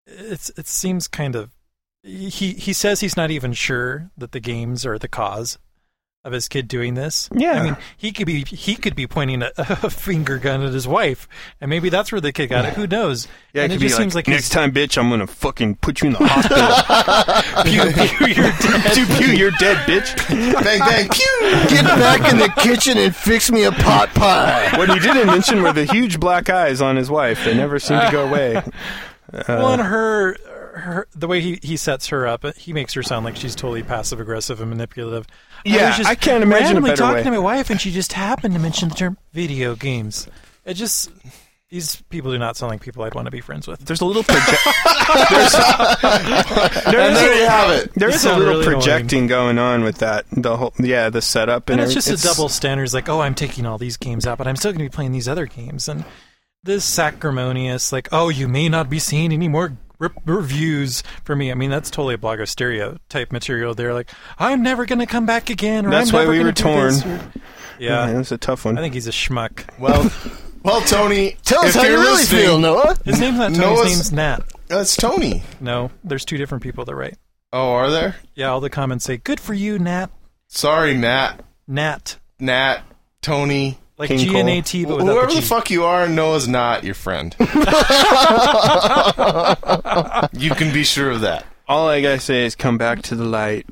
Speaker 1: It's it seems kind of he he says he's not even sure that the games are the cause of his kid doing this.
Speaker 3: Yeah.
Speaker 1: I mean he could be he could be pointing a, a finger gun at his wife, and maybe that's where the kid got it. Who knows?
Speaker 3: Yeah,
Speaker 1: and
Speaker 3: it,
Speaker 1: it
Speaker 3: could
Speaker 1: just
Speaker 3: be
Speaker 1: seems like
Speaker 3: next
Speaker 1: he's-
Speaker 3: time, bitch, I'm gonna fucking put you in the hospital.
Speaker 1: pew, pew, you're dead.
Speaker 3: pew pew, you're dead, bitch.
Speaker 4: bang bang pew.
Speaker 2: Get back in the kitchen and fix me a pot pie.
Speaker 3: What he didn't mention were the huge black eyes on his wife. They never seem to go away. Uh,
Speaker 1: Well, and her, her the way he, he sets her up, he makes her sound like she's totally passive aggressive and manipulative.
Speaker 3: Yeah, I can't imagine a
Speaker 1: randomly
Speaker 3: better
Speaker 1: talking
Speaker 3: way.
Speaker 1: to my wife, and she just happened to mention the term video games. It just these people do not sound like people I'd want to be friends with.
Speaker 3: There's a little project. there's, there is
Speaker 4: There
Speaker 3: a-
Speaker 4: you have it.
Speaker 3: there is a
Speaker 1: sound
Speaker 3: little
Speaker 1: really
Speaker 3: projecting going on with that. The whole yeah, the setup and,
Speaker 1: And it's just
Speaker 3: every-
Speaker 1: a double standard. It's like, oh, I'm taking all these games out, but I'm still going to be playing these other games. And this sacrimonious, like, oh, you may not be seeing any more re- reviews for me. I mean, that's totally a blogosteria type material. They're like, I'm never going to come back again. Or
Speaker 3: That's
Speaker 1: I'm
Speaker 3: why
Speaker 1: never
Speaker 3: we
Speaker 1: gonna
Speaker 3: were
Speaker 1: do this,
Speaker 3: torn.
Speaker 1: or- Yeah.
Speaker 3: Man, that's a tough one.
Speaker 1: I think he's a schmuck.
Speaker 4: Well, well, Tony,
Speaker 2: Tell us
Speaker 4: if
Speaker 2: how you
Speaker 4: you're
Speaker 2: really
Speaker 4: listening-
Speaker 2: feel, Noah.
Speaker 1: His name's not Tony.
Speaker 4: Noah's-
Speaker 1: His name's Nat.
Speaker 4: That's Tony.
Speaker 1: No, there's two different people that write.
Speaker 4: Oh, are there?
Speaker 1: Yeah, all the comments say, "Good for you, Nat."
Speaker 4: Sorry, Nat,
Speaker 1: Nat,
Speaker 4: Nat, Tony,
Speaker 1: like
Speaker 2: King
Speaker 1: G
Speaker 2: Cole.
Speaker 1: N A T, but
Speaker 4: Wh-
Speaker 1: without
Speaker 4: whoever
Speaker 1: the
Speaker 4: the
Speaker 1: G.
Speaker 4: fuck you are. Noah's not your friend. you can be sure of that.
Speaker 3: All I gotta say is come back to the light.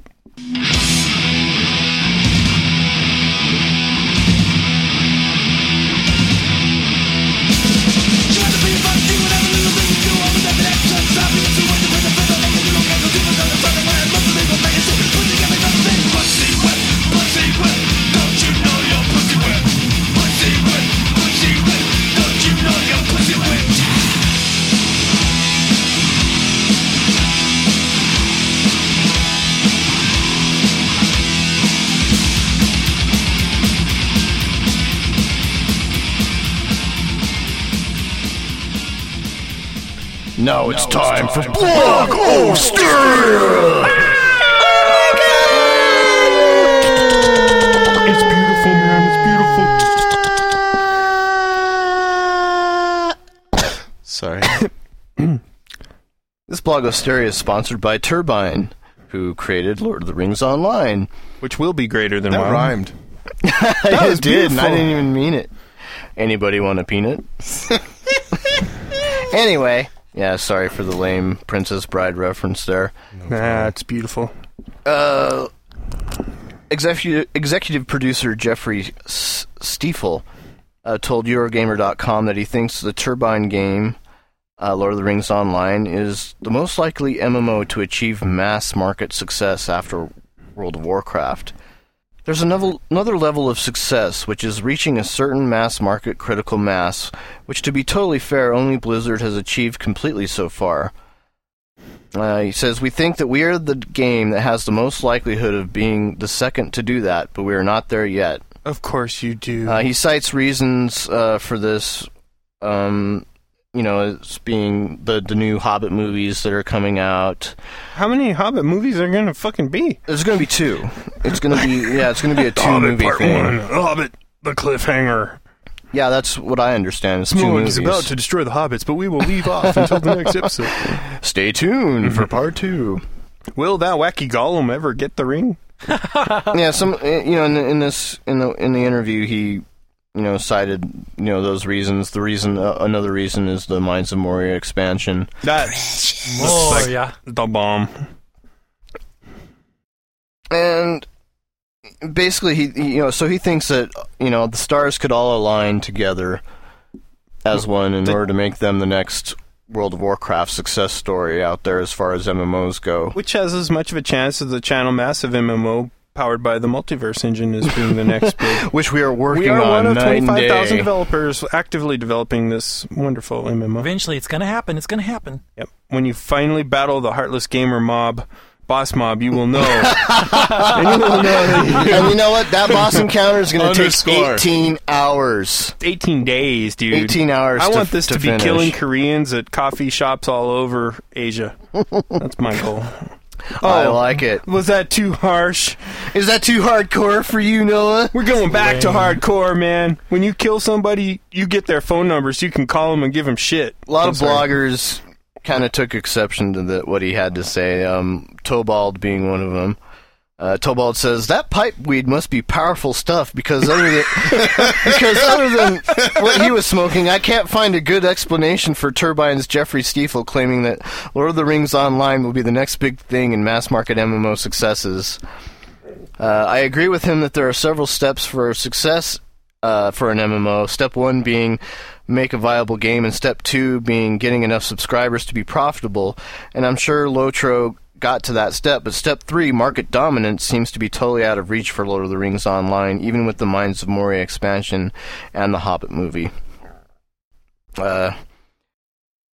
Speaker 2: Now it's time for Blog O Steel! It's beautiful, man. It's beautiful.
Speaker 4: Sorry.
Speaker 2: This blog of stereo is sponsored by Turbine, who created Lord of the Rings Online.
Speaker 3: Which will be greater than
Speaker 4: That
Speaker 3: one.
Speaker 4: rhymed.
Speaker 2: I
Speaker 3: was
Speaker 2: did, and I
Speaker 3: beautiful.
Speaker 2: didn't even mean it. Anybody want a peanut? anyway, yeah, sorry for the lame Princess Bride reference there.
Speaker 3: Nah, it's beautiful.
Speaker 2: Uh, executive, executive producer Jeffrey S- Stiefel uh, told Eurogamer.com that he thinks the Turbine game, uh, Lord of the Rings Online, is the most likely MMO to achieve mass market success after World of Warcraft. There's another, another level of success, which is reaching a certain mass market critical mass, which, to be totally fair, only Blizzard has achieved completely so far. Uh, he says, We think that we are the game that has the most likelihood of being the second to do that, but we are not there yet.
Speaker 3: Of course you do.
Speaker 2: Uh, he cites reasons uh, for this, um, you know, as being the, the new Hobbit movies that are coming out.
Speaker 3: How many Hobbit movies are gonna fucking be?
Speaker 2: There's going to be two. It's going to be, yeah, it's going to be a two
Speaker 3: Hobbit
Speaker 2: movie
Speaker 3: Part
Speaker 2: thing.
Speaker 3: One, Hobbit, the cliffhanger.
Speaker 2: Yeah, that's what I understand. It's two
Speaker 3: Smoke
Speaker 2: movies.
Speaker 3: is about to destroy the hobbits, but we will leave off until the next episode.
Speaker 2: Stay tuned for part two.
Speaker 3: Will that wacky Gollum ever get the ring?
Speaker 2: yeah, some uh, you know in, the, in this in the in the interview he you know cited you know those reasons. The reason uh, another reason is the Mines of Moria expansion.
Speaker 3: That's
Speaker 1: Oh yeah,
Speaker 3: the bomb.
Speaker 2: and basically he he- you know so he thinks that you know the stars could all align together as one in order to make them the next World of Warcraft success story out there as far as MMOs go.
Speaker 3: Which has as much of a chance as the Channel Massive MMO powered by the Multiverse Engine is being the next big.
Speaker 2: Which we are working
Speaker 3: we are
Speaker 2: on
Speaker 3: one of
Speaker 2: night and
Speaker 3: 25,000
Speaker 2: day.
Speaker 3: developers actively developing this wonderful MMO.
Speaker 1: eventually it's gonna happen. It's gonna happen.
Speaker 3: Yep. When you finally battle the heartless gamer mob, boss mob, you will know. and you will know that
Speaker 2: and you know what? That boss encounter is going to take
Speaker 4: Underscore.
Speaker 2: 18 hours.
Speaker 3: 18 days, dude.
Speaker 2: 18 hours
Speaker 3: I
Speaker 2: to-
Speaker 3: want this
Speaker 2: to
Speaker 3: to, be
Speaker 2: finish.
Speaker 3: killing Koreans at coffee shops all over Asia. That's my goal. Oh,
Speaker 2: I like it.
Speaker 3: was that too harsh?
Speaker 2: Is that too hardcore for you, Noah?
Speaker 3: We're going back to hardcore, man. When you kill somebody, you get their phone number so you can call them and give them shit.
Speaker 2: A lot
Speaker 3: I'm
Speaker 2: of
Speaker 3: sorry.
Speaker 2: bloggers kind of took exception to the, what he had to say. Um, Tobald being one of them. Uh, Tobald says that pipe weed must be powerful stuff because other than because other than what he was smoking, I can't find a good explanation for Turbine's Jeffrey Stiefel claiming that Lord of the Rings Online will be the next big thing in mass market MMO successes. Uh, I agree with him that there are several steps for success uh, for an MMO. Step one being make a viable game, and step two being getting enough subscribers to be profitable. And I'm sure Lotro got to that step, but step three, market dominance, seems to be totally out of reach for Lord of the Rings Online, even with the Mines of Moria expansion and the Hobbit movie. Uh,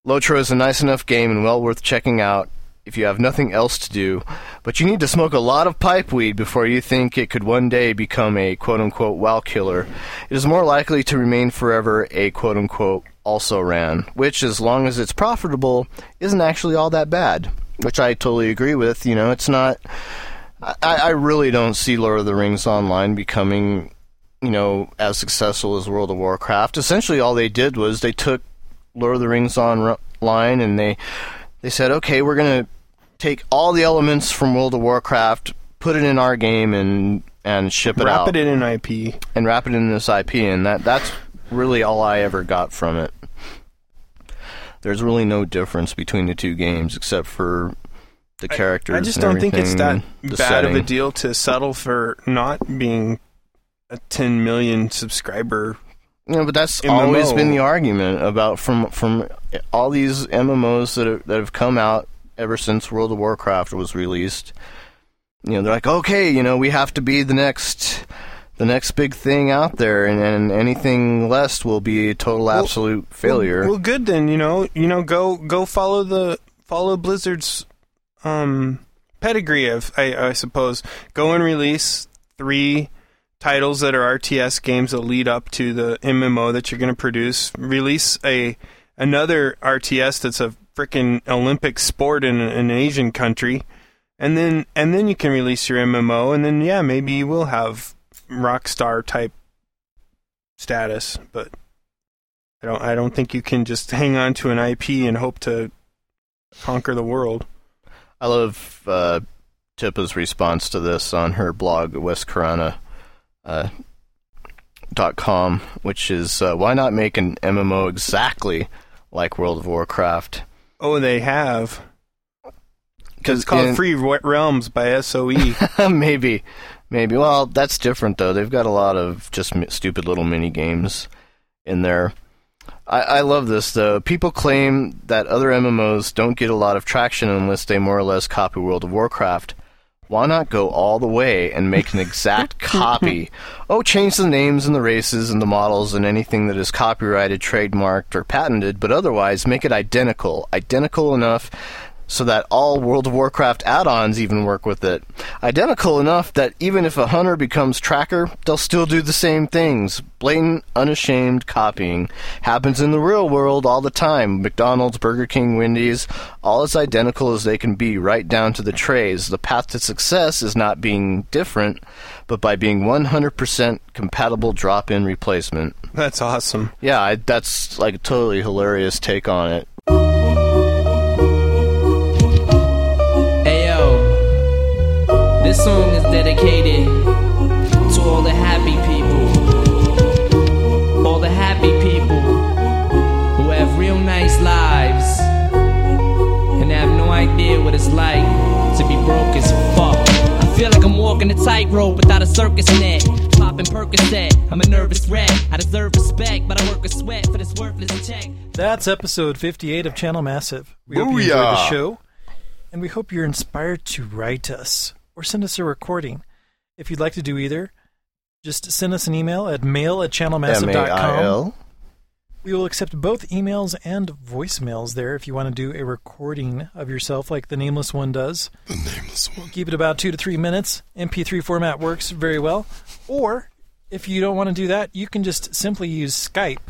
Speaker 2: Lotro is a nice enough game and well worth checking out if you have nothing else to do, but you need to smoke a lot of pipe weed before you think it could one day become a quote unquote WoW killer. It is more likely to remain forever a quote unquote also ran, which, as long as it's profitable, isn't actually all that bad. Which I totally agree with. You know, it's not. I, I really don't see Lord of the Rings Online becoming you know, as successful as World of Warcraft. Essentially, all they did was they took Lord of the Rings online and they they said, okay, we're gonna take all the elements from World of Warcraft, put it in our game, and and ship it
Speaker 3: Wrap
Speaker 2: out
Speaker 3: it in an IP.
Speaker 2: and wrap it in this IP, and that that's really all I ever got from it. There's really no difference between the two games except for the characters.
Speaker 3: I just
Speaker 2: and
Speaker 3: don't think it's
Speaker 2: everything
Speaker 3: that
Speaker 2: and the
Speaker 3: bad of a
Speaker 2: setting.
Speaker 3: deal to settle for not being a 10 million subscriber.
Speaker 2: Yeah, but that's
Speaker 3: MMO.
Speaker 2: always been the argument about from from all these MMOs that have, that have come out ever since World of Warcraft was released. You know, they're like, okay, you know, we have to be the next the next big thing out there, and, and anything less will be a total absolute failure.
Speaker 3: Well, good then. You know, you know, go go follow the follow Blizzard's um, pedigree of I, I suppose. Go and release three titles that are RTS games that lead up to the MMO that you're going to produce. Release a another RTS that's a freaking Olympic sport in an Asian country, and then and then you can release your MMO, and then yeah, maybe you will have rockstar type status, but. I don't. I don't think you can just hang on to an IP and hope to conquer the world.
Speaker 2: I love uh, Tippa's response to this on her blog, westcorona.com, uh, dot com, which is uh, why not make an MMO exactly like World of Warcraft?
Speaker 3: Oh, they have.
Speaker 2: Because
Speaker 3: It's called Free Re- Realms by E. SOE.
Speaker 2: maybe, maybe. Well, that's different though. They've got a lot of just mi- stupid little mini games in there. I, I love this though. People claim that other MMOs don't get a lot of traction unless they more or less copy World of Warcraft. Why not go all the way and make an exact copy? Oh, change the names and the races and the models and anything that is copyrighted, trademarked, or patented, but otherwise make it identical. Identical enough so that all World of Warcraft add ons even work with it. Identical enough that even if a hunter becomes tracker, they'll still do the same things. Blatant, unashamed copying. Happens in the real world all the time. McDonald's, Burger King, Wendy's, all as identical as they can be, right down to the trays. The path to success is not being different, but by being 100% compatible drop in replacement.
Speaker 3: That's awesome.
Speaker 2: Yeah, I, that's like a totally hilarious take on it.
Speaker 10: Ayo, this song is dedicated to all the happy people. All the happy people who have real nice lives and have no idea what it's like to be broke as fuck. I feel like I'm walking a tightrope without a circus net. Popping Percocet, I'm a nervous wreck. I deserve respect, but I work a sweat for this worthless check.
Speaker 1: That's episode 58 of Channel Massive. We hope you enjoyed the
Speaker 4: Booyah.
Speaker 1: show, and we hope you're inspired to write us or send us a recording. If you'd like to do either, just send us an email at mail at
Speaker 2: M A I
Speaker 1: channelmassive.com.
Speaker 2: L.
Speaker 1: We will accept both emails and voicemails there if you want to do a recording of yourself like the Nameless One does.
Speaker 4: The nameless one.
Speaker 1: Keep it about two to three minutes. MP3 format works very well. Or if you don't want to do that, you can just simply use Skype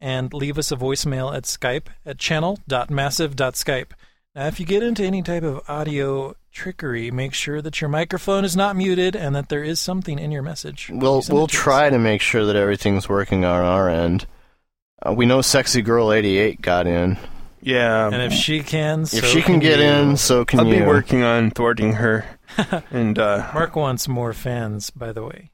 Speaker 1: and leave us a voicemail at Skype at channel.massive.skype. Now, if you get into any type of audio trickery, make sure that your microphone is not muted and that there is something in your message. You
Speaker 2: We'll
Speaker 1: send
Speaker 2: we'll
Speaker 1: it to us.
Speaker 2: try to make sure that everything's working on our end. Uh, we know sexy girl 88 got in.
Speaker 3: Yeah. uh,
Speaker 1: And if she can, so
Speaker 2: um, if she can get
Speaker 1: you.
Speaker 2: in, so can
Speaker 3: I'll
Speaker 2: you.
Speaker 3: be working on thwarting her. and uh,
Speaker 1: Mark wants more fans, by the way.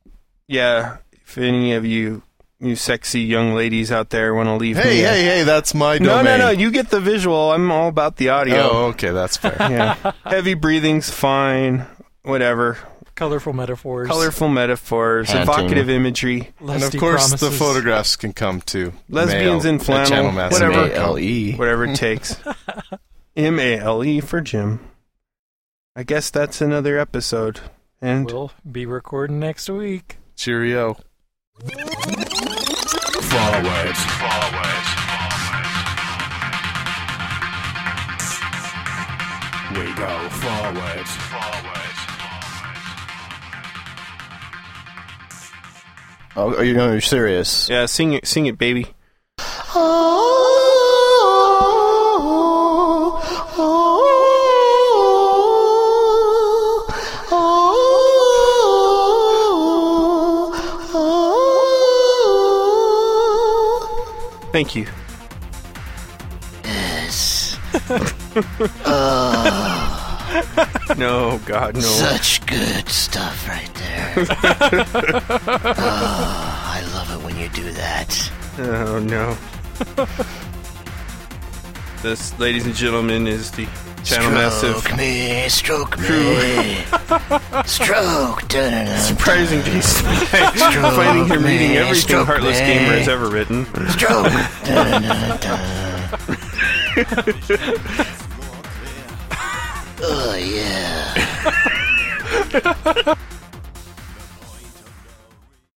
Speaker 3: yeah, if any of you you sexy young ladies out there want to leave
Speaker 4: Hey,
Speaker 3: me, a-
Speaker 4: hey, hey, that's my
Speaker 3: no,
Speaker 4: domain.
Speaker 3: no, no, you get the visual. I'm all about the audio.
Speaker 4: Oh, okay, that's fair.
Speaker 3: Yeah. Heavy breathing's fine. Whatever.
Speaker 1: Colorful metaphors.
Speaker 3: Colorful metaphors,
Speaker 2: Panting.
Speaker 3: evocative imagery.
Speaker 4: and of
Speaker 1: lusty
Speaker 4: course, the
Speaker 1: promises.
Speaker 4: photographs can come too.
Speaker 3: Lesbians
Speaker 4: Mail
Speaker 3: in
Speaker 4: at
Speaker 3: flannel,
Speaker 4: channelmassive dot com.
Speaker 3: whatever.
Speaker 2: M-A-L-E.
Speaker 3: whatever it takes. M A L E for Jim. I guess that's another episode. And
Speaker 1: We'll be recording next week.
Speaker 4: Cheerio.
Speaker 2: Oh, you know, you're serious.
Speaker 3: yeah, sing it, sing it, baby. Thank you.
Speaker 2: Yes.
Speaker 3: No, God, no.
Speaker 2: Such good stuff right there. oh, I love it when you do that.
Speaker 3: Oh, no. this, ladies and gentlemen, is the Channel Massive
Speaker 2: Stroke me, stroke me. stroke. dun-dun-dun.
Speaker 3: Surprising Jason. Finding him reading
Speaker 2: me,
Speaker 3: everything
Speaker 2: stroke
Speaker 3: Heartless
Speaker 2: me.
Speaker 3: Gamer has ever written.
Speaker 2: Stroke. Dun-dun-dun-dun. oh, yeah.